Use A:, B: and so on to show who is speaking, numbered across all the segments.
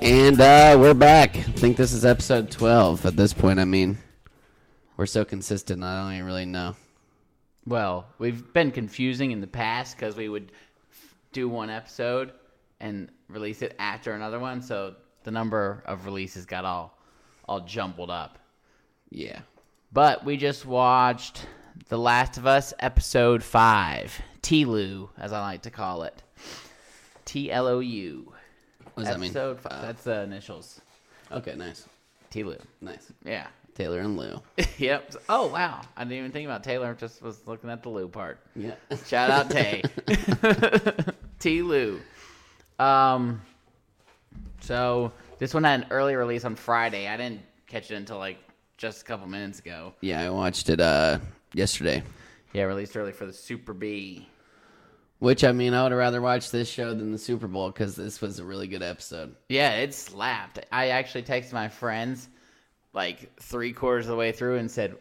A: And uh, we're back. I think this is episode 12 at this point. I mean, we're so consistent, I don't even really know.
B: Well, we've been confusing in the past because we would do one episode and release it after another one, so the number of releases got all all jumbled up.
A: Yeah.
B: But we just watched The Last of Us episode five, T-Lou, as I like to call it, T L O U.
A: What does that mean? Uh,
B: episode five. That's the initials.
A: Okay, nice.
B: T-Lou.
A: Nice.
B: Yeah.
A: Taylor and Lou.
B: yep. Oh wow, I didn't even think about Taylor. Just was looking at the Lou part.
A: Yeah.
B: Shout out Tay. T Lou. Um so this one had an early release on Friday. I didn't catch it until like just a couple minutes ago.
A: yeah, I watched it uh, yesterday.
B: Yeah, released early for the Super B.
A: Which, I mean, I would have rather watched this show than the Super Bowl because this was a really good episode.
B: Yeah, it slapped. I actually texted my friends like three quarters of the way through and said,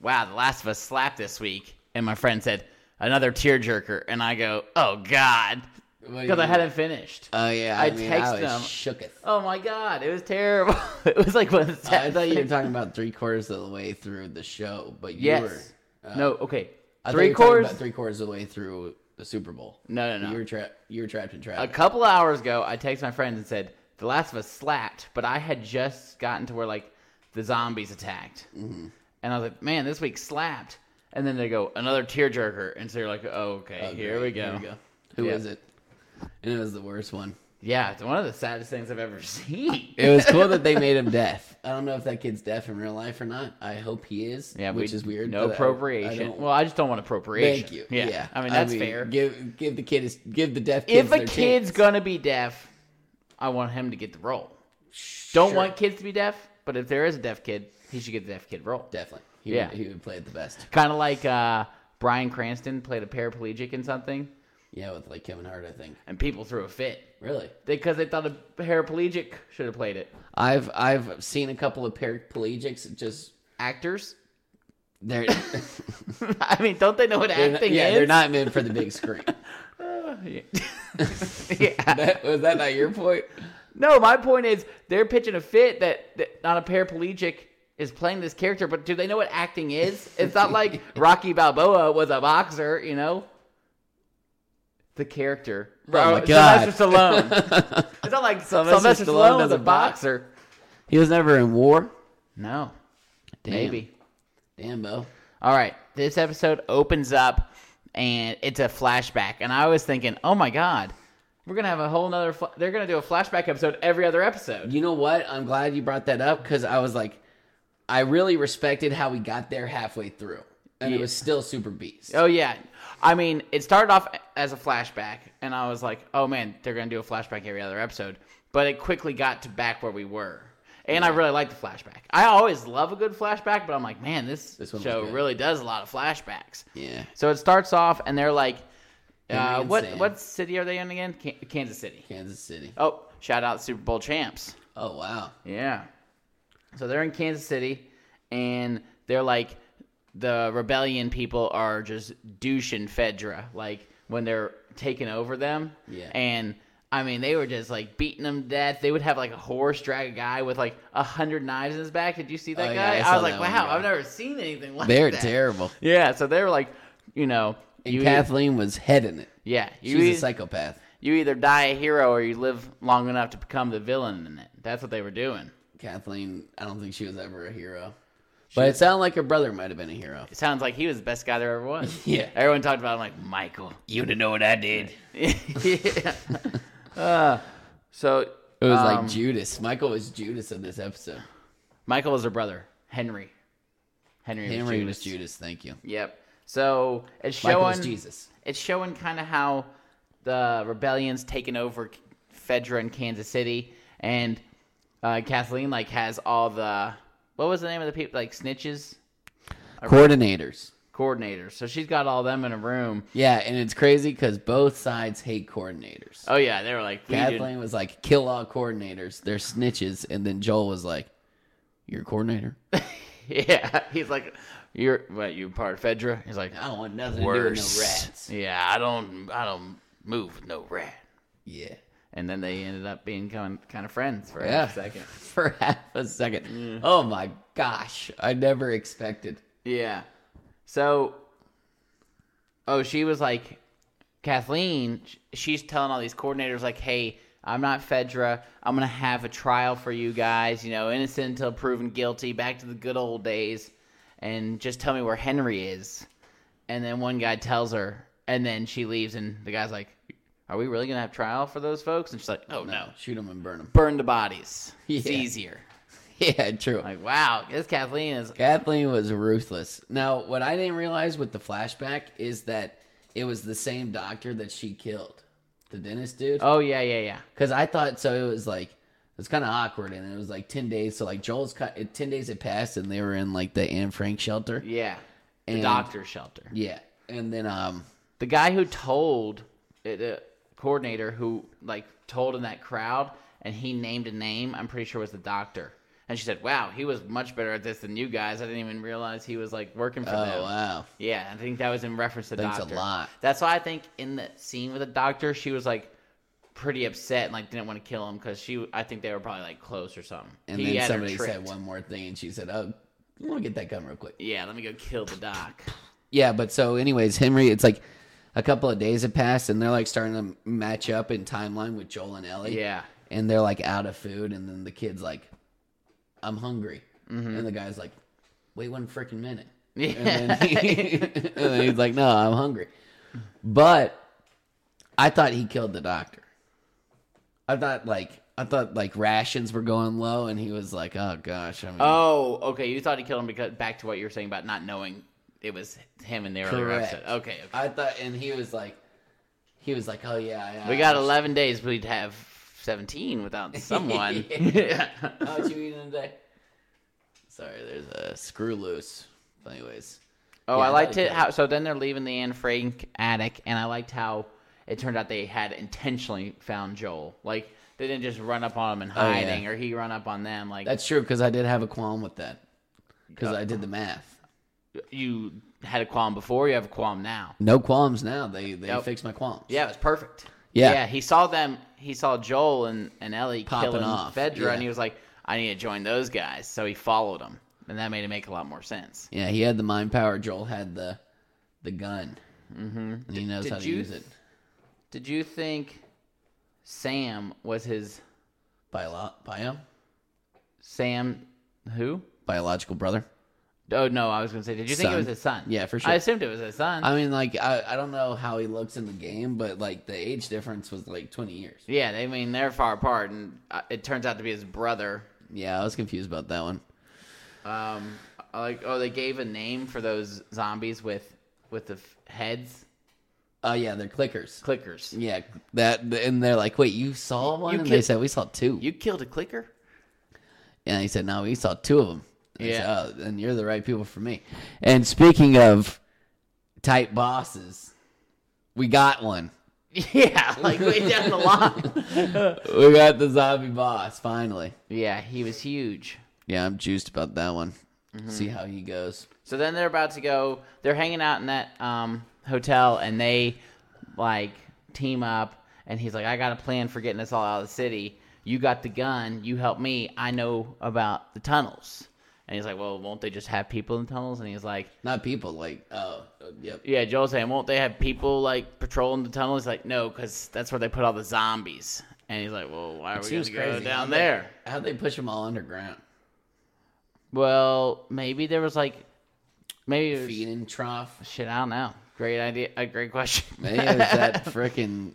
B: Wow, The Last of Us slapped this week. And my friend said, Another tearjerker. And I go, Oh, God.
A: What do
B: Because I
A: you-
B: hadn't finished.
A: Oh, yeah. I,
B: I
A: mean,
B: text
A: I was
B: them.
A: shooketh.
B: Uh, Oh my god, it was terrible. it was like one of the
A: I thought you were
B: saddest
A: talking about three quarters of the way through the show, but you
B: Yes.
A: were.
B: no, okay.
A: Uh, I thought you
B: Three
A: were talking
B: quarters.
A: about three quarters of the way through the Super Bowl.
B: No, no, no.
A: You were trapped. You were trapped in
B: A
A: traffic.
B: couple of hours ago, I texted my friends and said, The Last of Us slapped, but I had just gotten to where, like, the zombies attacked.
A: Mm-hmm.
B: And I was like, man, this week slapped. And then they go, another tearjerker. And so you're like, oh, okay,
A: Oh,
B: here, we
A: great.
B: go.
A: Who
B: Yeah.
A: was it? And it was the worst one.
B: Yeah, it's one of the saddest things I've ever seen.
A: It was cool that they made him deaf. I don't know if that kid's deaf in real life or not. I hope he is.
B: yeah,
A: which
B: we-
A: is weird.
B: No
A: but I- I
B: appropriation.
A: don't-
B: well, I just don't want appropriation.
A: thank you.
B: Yeah. I mean, that's fair.
A: Give give the kid his, give the deaf kids
B: if a
A: their
B: kid's
A: chance.
B: gonna be deaf, I want him to get the role. Don't
A: Sure.
B: want kids to be deaf, but if there is a deaf kid, he should get the deaf kid role.
A: definitely he
B: Yeah.
A: would, he would play it the best.
B: Kind of like uh, Brian Cranston played a paraplegic in something,
A: Yeah, with like Kevin Hart, I think.
B: and people threw a fit
A: Really,
B: because they thought a paraplegic should have played it.
A: I've I've seen a couple of paraplegics just
B: Actors,
A: they're
B: I mean, don't they know what
A: they're not-
B: acting
A: yeah
B: is?
A: they're not meant for the big screen.
B: yeah.
A: That- was that not your point?
B: No, my point is they're pitching a fit that, that not a paraplegic is playing this character, but do they know what acting is? It's not like Rocky Balboa was a boxer, you know? The character.
A: Oh my
B: Bro,
A: God.
B: Sylvester Stallone. it's not like Sylvester,
A: Stallone
B: Stallone, was
A: doesn't
B: a boxer.
A: He was never in war.
B: No.
A: Damn.
B: Maybe.
A: Damn, Bo.
B: All right. This episode opens up and it's a flashback. And I was thinking, oh my God, we're going to have a whole nother. Fl- they're going to do a flashback episode every other episode.
A: You know what? I'm glad you brought that up because I was like, I really respected how we got there halfway through, and it was still super beast.
B: Oh yeah, I mean, it started off as a flashback, and I was like, "Oh man, they're gonna do a flashback every other episode." But it quickly got to back where we were, and I really liked the flashback. I always love a good flashback, but I'm like, man, this,
A: This one was
B: show
A: good.
B: really does a lot of flashbacks.
A: Yeah.
B: So it starts off, and they're like,
A: Henry
B: uh,
A: and
B: "What
A: Sam.
B: what city are they in again? Can- Kansas City."
A: Kansas City.
B: Oh, shout out Super Bowl champs.
A: Oh wow.
B: Yeah. So they're in Kansas City, and they're like the rebellion people are just douching Fedra, like when they're taking over them.
A: Yeah.
B: And I mean, they were just like beating them to death. They would have like a horse drag a guy with like a hundred knives in his back. Did you see that
A: Oh, yeah,
B: guy?
A: I
B: I,
A: saw
B: was like,
A: that one,
B: wow,
A: yeah.
B: I've never seen anything like
A: They're
B: that.
A: terrible.
B: Yeah. So they were like, you know,
A: And
B: you e-,
A: Kathleen was heading it.
B: yeah,
A: She's
B: you
A: a
B: eith-
A: psychopath.
B: you either die a hero or you live long enough to become the villain in it. That's what they were doing.
A: Kathleen, I don't think she was ever a hero, but it sounded like her brother might have been a hero.
B: It sounds like he was the best guy there ever was.
A: Yeah.
B: Everyone talked about him like Michael.
A: You to know what I did.
B: yeah. Uh, so
A: It was
B: um,
A: like Judas. Michael was Judas in this episode.
B: Michael was her brother, Henry. Henry, was
A: Henry
B: Judas.
A: was Judas. Thank you.
B: Yep. So it's
A: Michael
B: showing
A: was Jesus.
B: it's showing kind of how the rebellion's taken over K- Fedra in Kansas City, and uh, Kathleen like has all the what was the name of the people like snitches
A: Coordinators.
B: coordinators. So she's got all them in a room.
A: Yeah, and it's crazy because both sides hate coordinators.
B: Oh yeah, they were like we did-
A: Kathleen was like, "Kill all coordinators. They're snitches." And then Joel was like, "You're a coordinator.
B: Yeah, he's like, you're what? You part of Fedra? He's like, "Ah,
A: I don't want nothing to do with
B: worse.
A: no rats."
B: Yeah, I don't, I don't move with no rat.
A: Yeah,
B: and then they ended up being kind of, kind of friends for
A: Yeah.
B: a second.
A: for half a second. Oh my gosh, I never expected.
B: Yeah. So, oh, she was like, Kathleen, sh- she's telling all these coordinators, like, hey, I'm not Fedra. I'm going to have a trial for you guys, you know, innocent until proven guilty, back to the good old days. And just tell me where Henry is. And then one guy tells her, and then she leaves, and the guy's like, are we really going to have trial for those folks? And she's like, oh, no.
A: Shoot them and burn them.
B: Burn the bodies. It's
A: Yeah.
B: easier.
A: Yeah, true.
B: Like, wow, this Kathleen is.
A: Kathleen was ruthless. Now, what I didn't realize with the flashback is that it was the same doctor that she killed, the dentist dude.
B: Oh, yeah, yeah, yeah.
A: Because I thought so. It was like it was kind of awkward, and it was like ten days. So like Joel's cut. it- Ten days had passed, and they were in like the Anne Frank shelter.
B: Yeah. The
A: And-
B: doctor's shelter.
A: Yeah, and then um,
B: The guy who told uh, the coordinator who like told in that crowd and he named a name, I'm pretty sure was the doctor. And she said, "Wow, he was much better at this than you guys. I didn't even realize he was like working for
A: oh
B: them."
A: wow,
B: Yeah, I think that was in reference to
A: Thanks a
B: doctor.
A: lot.
B: That's why I think in the scene with the doctor, she was like pretty upset and like didn't want to kill him because she. I think they were probably like close or something.
A: and
B: He
A: then
B: had her
A: somebody said
B: tricked.
A: one more thing, and she said, "Oh, I'm gonna get that gun real quick."
B: "Yeah, let me go kill the doc."
A: Yeah, but so anyways, Henry, it's like a couple of days have passed, and they're like starting to match up in timeline with Joel and Ellie.
B: Yeah,
A: and they're like out of food, and then the kid's like, "I'm hungry,"
B: Mm-hmm.
A: and the guy's like, "Wait one freaking minute," and, then he- and then he's like, "No, I'm hungry," but I thought he killed the doctor. I thought like I thought like rations were going low, and he was like, "Oh gosh, I mean,
B: Oh, okay. You thought he killed him because back to what you were saying about not knowing it was him in the earlier
A: Correct.
B: episode. Okay, okay.
A: I thought," and he was like, "He was like, oh yeah, yeah
B: we got 11 days. We'd have 17 without someone.
A: How what you eating today?" Sorry, there's a screw loose. But anyways.
B: Oh,
A: Yeah,
B: I
A: I
B: liked
A: thought he
B: it.
A: killed
B: How so? Then they're leaving the Anne Frank attic, and I liked how it turned out they had intentionally found Joel. Like they didn't just run up on him and
A: Oh, yeah.
B: hiding, or he run up on them. Like
A: That's true because I did have a qualm with that because I did the math.
B: you had a qualm before, you have a qualm now.
A: No qualms now. They they
B: Yep.
A: fixed my qualms.
B: Yeah, it was perfect.
A: Yeah.
B: Yeah, he saw them he saw Joel and, and Ellie
A: Popping
B: killing
A: off,
B: Fedra
A: yeah.
B: and he was like, I need to join those guys. So he followed them. And that made it make a lot more sense.
A: yeah. He had the mind power. Joel had the the gun. Mm-hmm. And he knows
B: did
A: how to
B: you
A: use it
B: Did you think Sam was his
A: Biolo- bio
B: Sam who?
A: biological brother.
B: Oh no, I was gonna say, did you think it
A: Son.
B: was his son?
A: Yeah, for
B: I
A: sure.
B: assumed it was his son.
A: I mean, like I, I don't know how he looks in the game, but like the age difference was like twenty years.
B: yeah, they I mean they're far apart, and uh, it turns out to be his brother.
A: Yeah, I was confused about that one.
B: Um, I like oh, they gave a name for those zombies with with the f- heads,
A: Oh yeah, they're clickers.
B: clickers.
A: Yeah, that and they're like, wait, you saw one?
B: you
A: and they
B: kid-
A: said we saw two.
B: You killed a clicker?
A: And he said, "No, we saw two of them." And I said,
B: Yeah.
A: oh, then you're the right people for me. And speaking of tight bosses, we got one.
B: Yeah, like way down the line.
A: We got the zombie boss finally.
B: Yeah, he was huge.
A: Yeah, I'm juiced about that one.
B: Mm-hmm.
A: See how he goes.
B: So then they're about to go. They're hanging out in that um, hotel, and they like team up. And he's like, "I got a plan for getting us all out of the city. You got the gun. You help me. I know about the tunnels." And he's like, "Well, won't they just have people in the tunnels?" And he's like,
A: Not people like oh uh, yep
B: Yeah, Joel's saying, won't they have people like patrolling the tunnel? He's like, no, because that's where they put all the zombies. And he's like, well, why are we going
A: seems
B: to go
A: crazy.
B: down
A: How'd they-
B: there?
A: How'd they push them all underground?
B: Well, maybe there was like, maybe it was,
A: Feeding trough.
B: shit. I don't know. Great idea. A great question.
A: Maybe it was that freaking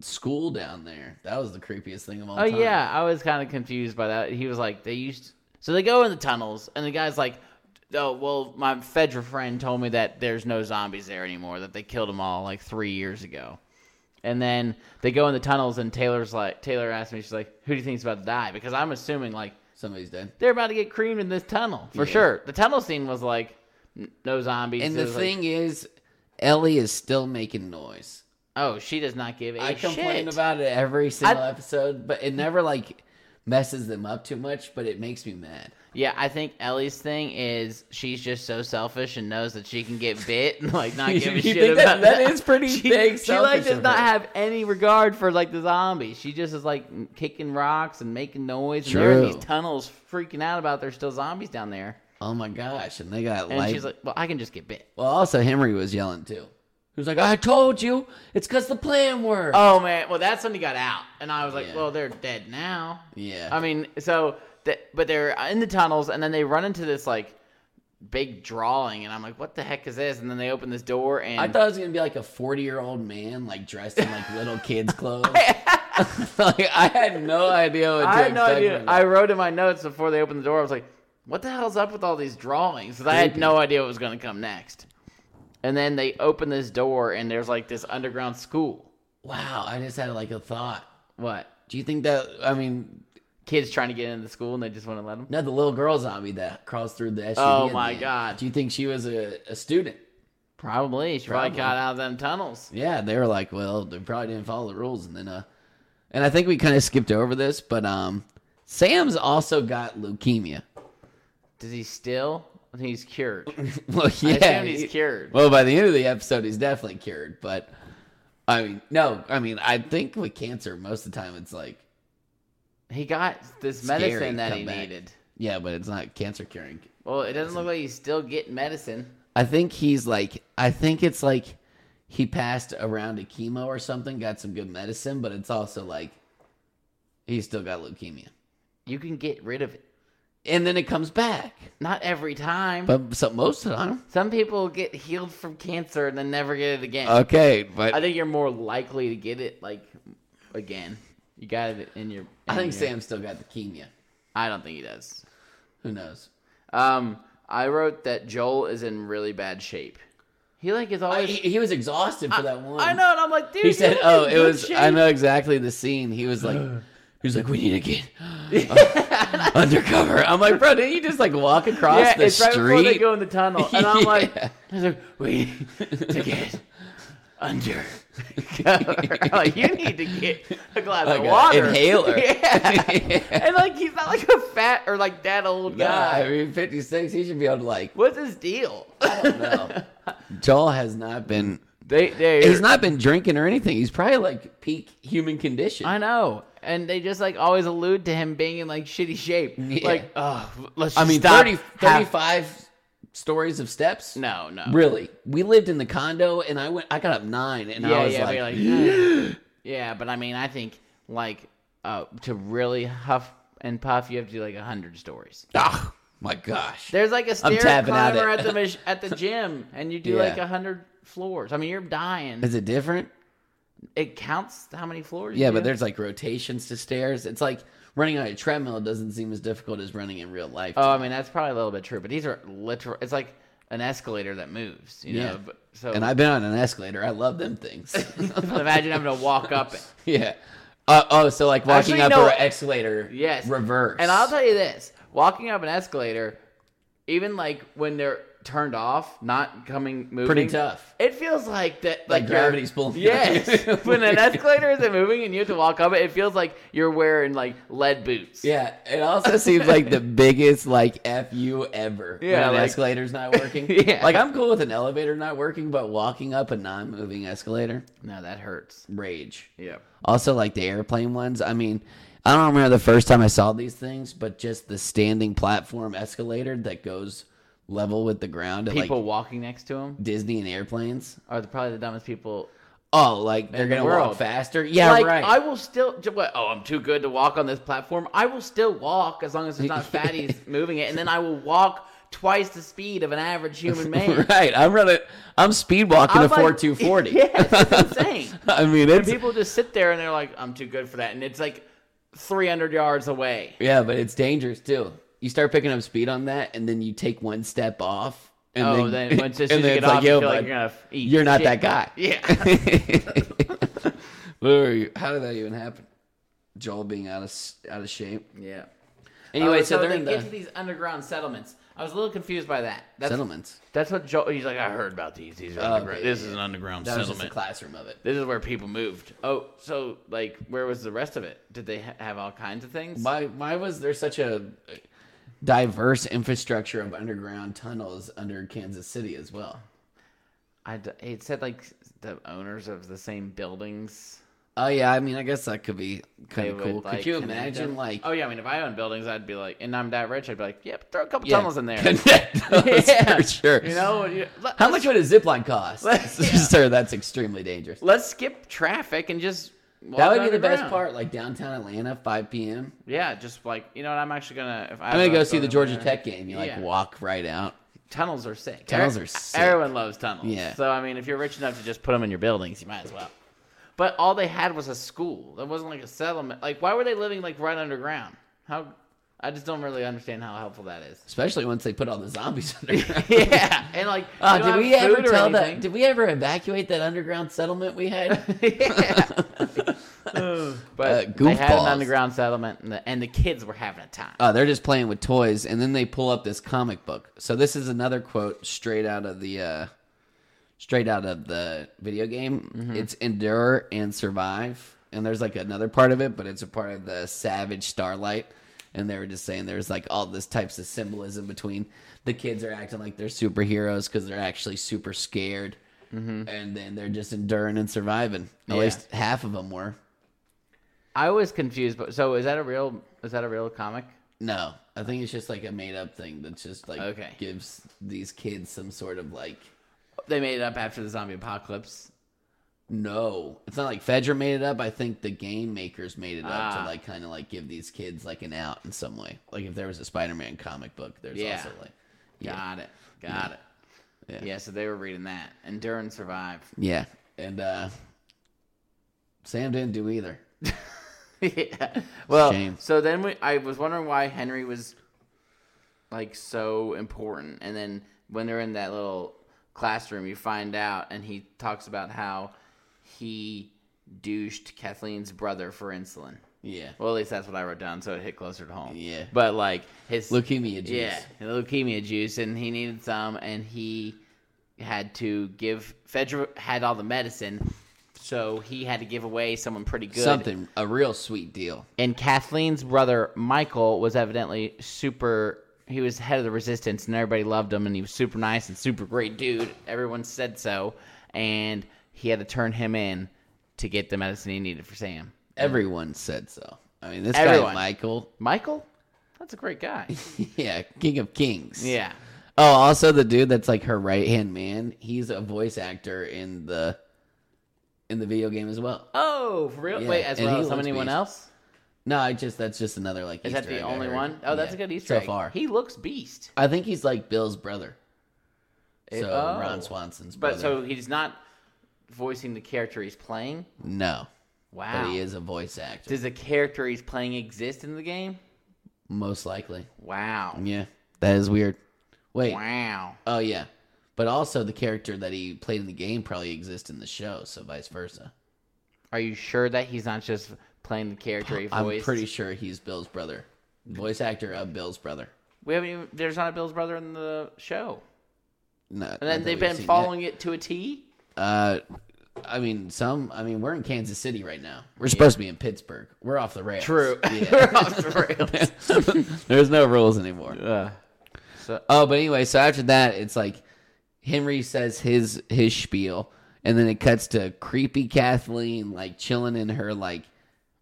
A: school down there. That was the creepiest thing of all
B: oh
A: time.
B: yeah, I was kind of confused by that. He was like, they used so they go in the tunnels, and the guy's like, oh well, my Fedra friend told me that there's no zombies there anymore. That they killed them all like three years ago. And then they go in the tunnels, and Taylor's like, Taylor asked me, she's like, who do you think's about to die? Because I'm assuming like
A: somebody's dead.
B: they're about to get creamed in this tunnel for
A: Yeah.
B: sure. The tunnel scene was like. n- No zombies.
A: And
B: It
A: the
B: was, like,
A: thing is, Ellie is still making noise.
B: oh, she does not give a
A: I complain
B: shit.
A: about it every single episode, but it never like messes them up too much. But it makes me mad.
B: Yeah, I think Ellie's thing is she's just so selfish and knows that she can get bit and like not
A: You
B: give a
A: think
B: shit
A: that-
B: about
A: that is pretty
B: she,
A: big
B: She like
A: selfish
B: does
A: of
B: not
A: her.
B: have any regard for like the zombies. She just is like kicking rocks and making noise. And they're in
A: True.
B: these tunnels freaking out about there's still zombies down there.
A: Oh my gosh! And they got
B: And
A: like,
B: she's like, well, I can just get bit.
A: well, also Henry was yelling too. He was like, "I told you, it's because the plan worked."
B: Oh man, well that's when he got out, and I was like,
A: Yeah.
B: well they're dead now.
A: yeah,
B: I mean, so th- but they're in the tunnels, and then they run into this like big drawing, and I'm like, what the heck is this? And then they open this door, and
A: I thought it was gonna be like a forty-year-old man, like dressed in like little kids' clothes. like I had no idea what to
B: I had no
A: expect
B: idea.
A: from
B: I
A: that.
B: wrote in my notes before they opened the door. I was like, "What the hell's up with all these drawings?" 'Cause I had
A: Creepy.
B: no idea what was going to come next. And then they open this door, and there's like this underground school.
A: wow, I just had like a thought.
B: What
A: Do you think that? I mean,
B: kids trying to get into the school, and they just want to let them.
A: not the little girl zombie that crawls through the SUV.
B: Oh
A: at
B: my
A: the end.
B: God.
A: Do you think she was a, a student?
B: Probably she probably
A: Probably.
B: got out of them tunnels.
A: Yeah, they were like, well, they probably didn't follow the rules, and then uh, and I think we kind of skipped over this, but um, Sam's also got leukemia.
B: Does he still? I think he's cured.
A: well,
B: I
A: yeah,
B: assume he's
A: he-
B: cured.
A: Well, by the end of the episode, he's definitely cured. But I mean, no, I mean, I think with cancer, most of the time it's like,
B: He got this
A: Scary
B: medicine that he
A: comeback.
B: needed.
A: yeah, but it's not cancer curing.
B: Well, it doesn't look like he's still getting medicine.
A: I think he's like, I think it's like he passed a round of chemo or something, got some good medicine, but it's also like he still got leukemia,
B: You can get rid of it.
A: and then it comes back.
B: Not every time.
A: But so most of the time,
B: Some people get healed from cancer and then never get it again.
A: okay,
B: I
A: but
B: think you're more likely to get it like again. You got it in your.
A: I
B: in
A: think
B: your-
A: Sam still got leukemia.
B: I don't think he does.
A: Who knows?
B: Um, I wrote that Joel is in really bad shape. He like is
A: I,
B: always.
A: he, he was exhausted for that one.
B: I know, and I'm like, dude.
A: He
B: you're
A: said,
B: in
A: "Oh, it
B: good
A: was."
B: shape."
A: I know exactly the scene. He was like, "He was like, we need to get uh, undercover." I'm like, "Bro, didn't you just like walk across
B: Yeah,
A: the
B: it's right before
A: street?"
B: they go in the tunnel, and I'm like,
A: Yeah.
B: he's like, we need to get under. like you need to get a glass
A: Like
B: of
A: a
B: water,
A: inhaler.
B: yeah.
A: Yeah.
B: and like he's not like a fat or like that old
A: Nah,
B: guy.
A: I mean, 56. He should be able to like.
B: What's his deal?
A: No, Joel has not been.
B: They, they,
A: He's not been drinking or anything. He's probably like peak human condition.
B: I know, and they just like always allude to him being in like shitty shape.
A: Yeah.
B: Like, oh, let's.
A: I
B: just
A: mean,
B: stop.
A: 30,
B: half-
A: 35 stories of steps.
B: No, no.
A: Really, we lived in the condo, and I went. I got up nine, and I
B: Yeah,
A: was
B: yeah,
A: like,
B: but you're like, "Ugh." yeah, but I mean, I think like uh, to really huff and puff, you have to do like a hundred stories.
A: "Ah, my gosh."
B: There's like a stair
A: tapping out
B: climber
A: at-
B: at the mach- at the gym, and you do
A: Yeah.
B: like a hundred floors. I mean, you're dying.
A: Is it different?
B: It counts how many floors.
A: Yeah,
B: you
A: but
B: do.
A: there's like rotations to stairs. It's like running on a treadmill doesn't seem as difficult as running in real life.
B: Oh, I mean, that's probably a little bit true, but these are literal. It's like an escalator that moves. You
A: Yeah.
B: know, but, so
A: and I've been on an escalator. I love them things.
B: imagine having to walk up it.
A: yeah. Uh, oh, so like walking
B: Actually,
A: up
B: no.
A: an escalator.
B: Yes.
A: Reverse.
B: And I'll tell you this: walking up an escalator, even like when they're turned off, not coming moving,
A: Pretty tough.
B: It feels like that, like,
A: Like
B: you're-
A: gravity's pulling you.
B: Yes, when an escalator isn't moving and you have to walk up it, it feels like you're wearing like lead boots.
A: Yeah. It also seems like the biggest like fu ever. when
B: Yeah,
A: an
B: like-
A: escalator's not working.
B: Yeah.
A: Like I'm cool with an elevator not working, but walking up a non-moving escalator,
B: No, that hurts.
A: rage.
B: Yeah.
A: Also, like the airplane ones. I mean, I don't remember the first time I saw these things, but just the standing platform escalator that goes level with the ground at
B: People
A: like
B: walking next to him
A: Disney and airplanes.
B: are the, probably the dumbest people.
A: Oh, like they're
B: In the
A: gonna
B: world.
A: walk faster. Yeah,
B: like,
A: right.
B: I will still. j- What, oh, I'm too good to walk on this platform. I will still walk as long as there's not fatties moving it, and then I will walk twice the speed of an average human man.
A: right. I'm running. I'm speed walking
B: I'm
A: to four
B: like-
A: two forty.
B: Yeah, it's insane.
A: I mean,
B: and
A: it's
B: people just sit there and they're like, "I'm too good for that," and it's like 300 yards away.
A: yeah, but it's dangerous too. You start picking up speed on that, and then you take one step off. And
B: oh, then, once as soon
A: and
B: as you
A: then
B: get
A: it's
B: off, you
A: yo,
B: feel like
A: bud,
B: you're gonna f- eat.
A: you're not
B: shit.
A: that guy.
B: Yeah.
A: What were you- How did that even happen? Joel being out of s- out of shape.
B: yeah.
A: Anyway,
B: Oh,
A: so, they're
B: they
A: in
B: get to
A: the
B: these underground settlements. I was a little confused by that. That's
A: settlements.
B: that's what Joel. He's like, I heard about these. These are underground.
A: Oh, okay,
B: This
A: yeah.
B: is an underground
A: That was just the
B: settlement.
A: classroom of it.
B: This is where people moved. Oh, so like, where was the rest of it? Did they ha- have all kinds of things?
A: Why? Why was there such a? diverse infrastructure of underground tunnels under Kansas City as well.
B: I d- it said like the owners of the same buildings.
A: Oh yeah, I mean, I guess that could be kind
B: they
A: of cool.
B: would, like,
A: could you
B: connect
A: imagine
B: them.
A: like
B: Oh yeah, I mean, if I owned buildings, I'd be like, and I'm that rich, I'd be like, yep, throw a couple
A: yeah,
B: tunnels in there.
A: Connect those
B: Yeah.
A: for sure.
B: You know, you- let-
A: How much would a zip line cost?
B: Let's- yeah.
A: Sir, that's extremely dangerous.
B: let's skip traffic and just walk
A: That would be the best
B: underground.
A: part, like downtown Atlanta, 5 p.m.
B: Yeah, just like you know what, I'm actually gonna. If I
A: I'm gonna
B: have a
A: go see the
B: building
A: Georgia
B: there-
A: Tech game. You like
B: Yeah.
A: walk right out.
B: Tunnels are sick.
A: Tunnels
B: Every-
A: are sick.
B: Everyone loves tunnels.
A: Yeah.
B: So I mean, if you're rich enough to just put them in your buildings, you might as well. But all they had was a school. That wasn't like a settlement. Like, why were they living like right underground? How? I just don't really understand how helpful that is.
A: Especially once they put all the zombies underground.
B: yeah, and like,
A: Oh,
B: you
A: did
B: don't
A: we
B: have
A: ever
B: food or
A: tell that?
B: anything.
A: Did we ever evacuate that underground settlement we had?
B: yeah. but
A: Uh,
B: they had an
A: goofballs.
B: underground settlement, and the, and the kids were having a time.
A: oh, they're just playing with toys, and then they pull up this comic book. So this is another quote straight out of the uh, straight out of the video game. It's endure and survive, and there's like another part of it, but it's a part of the Savage Starlight. And they were just saying there's like all this types of symbolism between the kids are acting like they're superheroes because they're actually super scared, and then they're just enduring and surviving.
B: Yeah.
A: At least half of them were.
B: I was confused, but so is that a real? Is that a real comic?
A: No, I think it's just like a made up thing that just like
B: Okay.
A: gives these kids some sort of like
B: They made it up after the zombie apocalypse.
A: no. It's not like Fedra made it up. I think the game makers made it up
B: Ah.
A: to like kind of like give these kids like an out in some way. Like if there was a Spider Man comic book, there's
B: Yeah.
A: also like yeah,
B: Got it. Got it.
A: Yeah.
B: Yeah. so they were reading that. Endure and survive.
A: yeah, and uh Sam didn't do either.
B: yeah. Well,
A: shame.
B: so then we, I was wondering why Henry was like so important, and then when they're in that little classroom, you find out, and he talks about how he douched Kathleen's brother for insulin.
A: Yeah,
B: Well, at least that's what I wrote down, so it hit closer to home.
A: Yeah.
B: But like his
A: leukemia juice.
B: Yeah, the leukemia juice, and he needed some, and he had to give. Fedra had all the medicine, so he had to give away someone pretty good.
A: something a real sweet deal.
B: And Kathleen's brother Michael was evidently super. He was head of the resistance, and everybody loved him, and he was super nice and super great dude. Everyone said so, and he had to turn him in to get the medicine he needed for Sam.
A: Everyone said so. I mean, this guy
B: Everyone.
A: Michael,
B: Michael, that's a great guy.
A: yeah, King of Kings.
B: yeah.
A: Oh, also the dude that's like her right hand man, he's a voice actor in the in the video game as well.
B: Oh, for real?
A: Yeah,
B: Wait, as
A: and
B: well
A: he
B: as some
A: looks
B: anyone
A: beast.
B: else?
A: No, I just that's just another like
B: Is that
A: Easter
B: the
A: egg I
B: only
A: heard.
B: one? Oh, that's
A: Yeah,
B: a good Easter
A: so
B: egg.
A: far.
B: He looks beast.
A: I think he's like Bill's brother. So
B: It- oh.
A: Ron Swanson's brother.
B: But so he's not voicing the character he's playing.
A: no,
B: Wow.
A: but he is a voice actor,
B: Does the character he's playing exist in the game?
A: most likely.
B: Wow.
A: Yeah, that is weird. Wait,
B: Wow.
A: oh yeah, but also the character that he played in the game probably exists in the show, so vice versa.
B: Are you sure that he's not just playing the character he
A: I'm
B: voiced?
A: pretty sure he's Bill's brother, voice actor of Bill's brother.
B: We haven't even. There's not a Bill's brother in the show,
A: No,
B: and then they've been following it to a T.
A: Uh, I mean, some. I mean, we're in Kansas City right now. We're supposed to be in Pittsburgh. We're off the rails.
B: We're
A: Yeah.
B: off the rails.
A: There's no rules anymore.
B: Uh, so
A: Oh, but anyway, so after that, it's like Henry says his his spiel, and then it cuts to creepy Kathleen like chilling in her like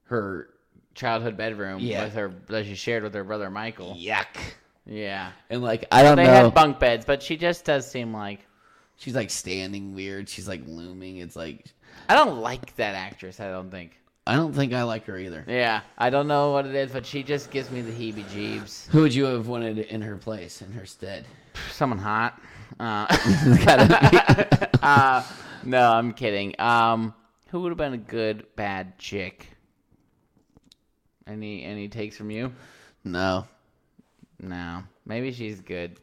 A: her
B: childhood bedroom
A: Yeah.
B: with her that she shared with her brother Michael.
A: yuck,
B: Yeah.
A: and like I don't
B: They
A: know.
B: had bunk beds, but she just does seem like
A: She's like standing weird. She's like looming. It's like
B: I don't like that actress. I don't think.
A: I don't think I like her either.
B: Yeah, I don't know what it is, but she just gives me the heebie-jeebs.
A: Who would you have wanted in her place, in her stead?
B: Someone hot. Uh,
A: Gotta
B: uh, no, I'm kidding. Um, who would have been a good bad chick? Any any takes from you?
A: No,
B: No, maybe she's good.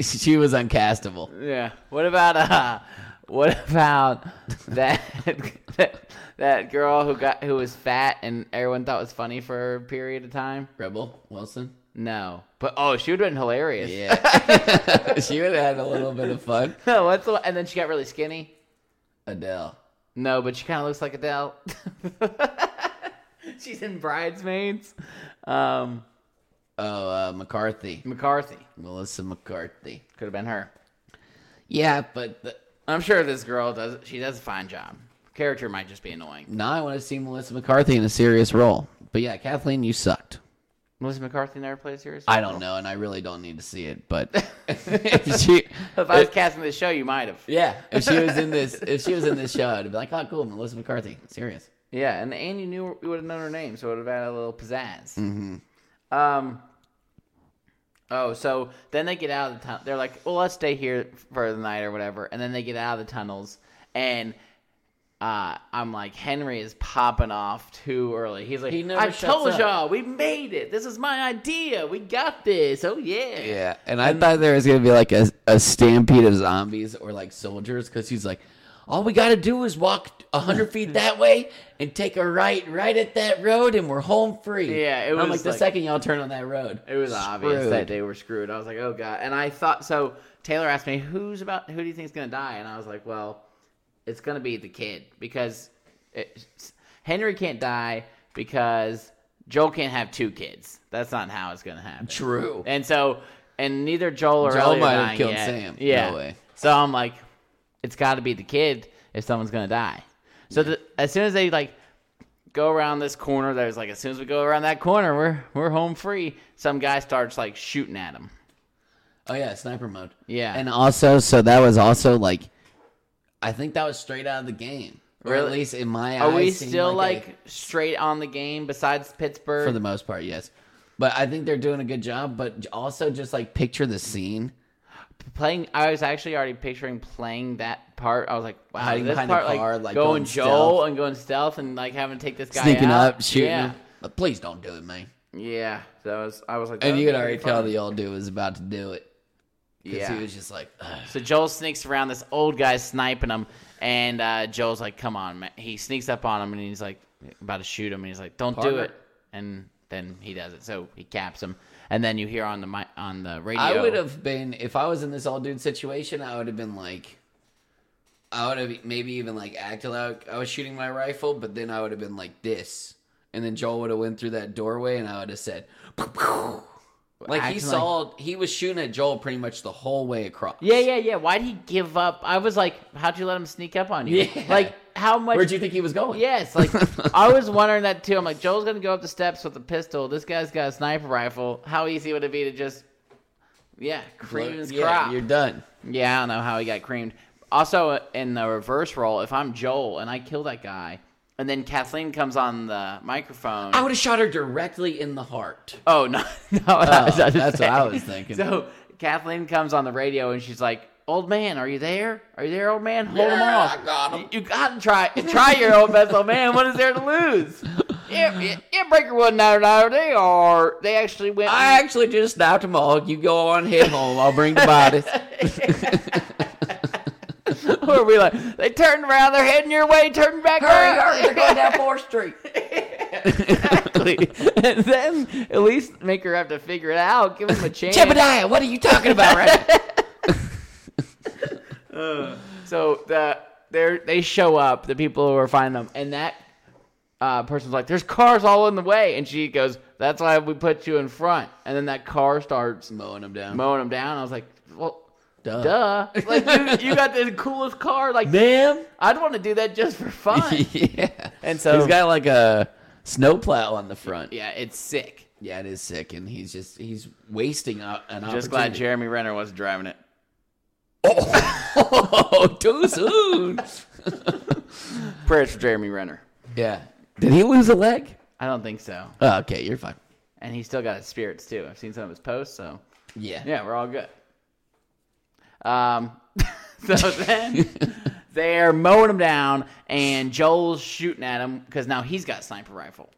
A: she was uncastable.
B: Yeah. What about uh? What about that that, that girl who got who was fat and everyone thought was funny for a period of time?
A: Rebel Wilson.
B: No, but oh, she would have been hilarious.
A: Yeah, she would have had a little bit of fun.
B: No, what's the, and then she got really skinny.
A: Adele.
B: No, but she kind of looks like Adele. She's in Bridesmaids. Um,
A: Oh, uh, McCarthy,
B: McCarthy
A: Melissa McCarthy.
B: could have been her.
A: Yeah, but the,
B: I'm sure this girl does. She does a fine job. Character might just be annoying.
A: now I want to see Melissa McCarthy in a serious role. But yeah, Kathleen, you sucked.
B: Melissa McCarthy never plays serious.
A: I don't know, and I really don't need to see it. But if she,
B: If I was casting this show, you might have.
A: yeah, if she was in this, if she was in this show, I'd be like, oh, cool, Melissa McCarthy, serious.
B: Yeah, and and you knew you would have known her name, so it would have added a little pizzazz. Mm-hmm. Um. Oh, so then they get out of the tunnel. They're like, "Well, let's stay here for the night or whatever." And then they get out of the tunnels, and uh, I'm like, Henry is popping off too early. He's like,
A: He never
B: "I
A: shuts
B: told
A: up."
B: y'all, we made it. This is my idea. We got this. Oh yeah,
A: Yeah, and I thought there was gonna be like a, a stampede of zombies or like soldiers because he's like, all we gotta do is walk a hundred feet that way and take a right right at that road and we're home free.
B: Yeah, it
A: And I'm
B: was
A: like the
B: like-
A: second y'all turn on that road,
B: It was obvious
A: screwed.
B: that they were screwed. I was like, oh god. And I thought so. Taylor asked me, who's about who do you think's gonna die? And I was like, well, it's gonna be the kid because it, Henry can't die because Joel can't have two kids. That's not how it's gonna happen.
A: True.
B: And so, and neither Joel or
A: Joel
B: Ellie are
A: might have
B: dying
A: killed
B: yet.
A: Sam.
B: Yeah.
A: No way.
B: So I'm like, it's got to be the kid if someone's gonna die. So the, as soon as they like go around this corner, there's like as soon as we go around that corner, we're we're home free. Some guy starts like shooting at him.
A: Oh yeah, sniper mode.
B: Yeah.
A: And also, so that was also like, I think that was straight out of the game, or at
B: Really?
A: least in my
B: Are
A: eyes.
B: we
A: seemed
B: still
A: like a-
B: like, straight on the game besides Pittsburgh?
A: for the most part, yes. But I think they're doing a good job. But also, just like picture the scene.
B: playing I was actually already picturing playing that part. I was like, wow,
A: Hiding
B: this
A: behind a
B: part
A: car,
B: like,
A: like,
B: going,
A: going
B: Joel
A: stealth.
B: and going stealth and like having to take this guy
A: sneaking
B: out.
A: up, shooting.
B: Yeah.
A: him. But please don't do it, man.
B: Yeah, that was I was like,
A: And
B: that
A: you
B: would
A: could
B: be
A: already
B: fun.
A: tell the old dude was about to do it. Because
B: Yeah.
A: he was just like, "Ugh."
B: So Joel sneaks around this old guy sniping him, and uh, Joel's like, "Come on, man!" He sneaks up on him, and he's like, about to shoot him, and he's like, "Don't do
A: Partner.
B: it!" And then he does it. So he caps him, and then you hear on the mi- on the radio,
A: I would have been, if I was in this old dude situation, I would have been like, I would have maybe even like acted like I was shooting my rifle, but then I would have been like this. And then Joel would have went through that doorway and I would have said, "Pew, pew." like
B: Acting
A: he saw, he was shooting at Joel pretty much the whole way across.
B: "Yeah, yeah, yeah." Why'd he give up? I was like, "How'd you let him sneak up on you?
A: Yeah.
B: Like, how much?"
A: Where'd you think he was going?
B: Yes, like I was wondering that too. I'm like, Joel's gonna go up the steps with a pistol. This guy's got a sniper rifle. How easy would it be to just, yeah, cream his crop?
A: yeah, you're done.
B: Yeah, I don't know how he got creamed. Also, uh, in the reverse role, if I'm Joel and I kill that guy, and then Kathleen comes on the microphone.
A: I would have shot her directly in the heart.
B: oh no, no, that's,
A: Oh, that's what I was thinking.
B: So Kathleen comes on the radio and she's like, "Old man, are you there? Are you there, old man? Hold him
A: Yeah,
B: off.
A: I got him."
B: You got to try try your old best, old man. What is there to lose? Yeah, yeah, yeah, Breaker wasn't out there. They are. They actually went.
A: I actually just snapped them all. You go on, head home. I'll bring the bodies.
B: Or we like? They turned around. They're heading your way. Turn back. around.
A: down 4th Street.
B: exactly. and then at least make her have to figure it out. Give him a chance.
A: Jebediah, what are you talking about right now?
B: So the they they show up, the people who are finding them, and that uh, person's like, "There's cars all in the way," and she goes, "That's why we put you in front." And then that car starts
A: Mowing them down.
B: mowing them down. I was like, "Well."
A: Duh.
B: Duh! Like you, you got the coolest car. Like
A: Ma'am?
B: I'd want to do that just for fun.
A: yeah.
B: And so-
A: He's got like a snowplow on the front.
B: yeah, it's sick.
A: Yeah, it is sick. And he's just, he's wasting a, an opportunity.
B: Just glad Jeremy Renner wasn't driving it.
A: Oh, too soon.
B: Prayers for Jeremy Renner.
A: yeah. Did he lose a leg?
B: I don't think so.
A: Oh, okay, you're fine.
B: and he's still got his spirits too. I've seen some of his posts, so
A: Yeah.
B: yeah, we're all good. Um, so then they're mowing him down, and Joel's shooting at him because now he's got a sniper rifle,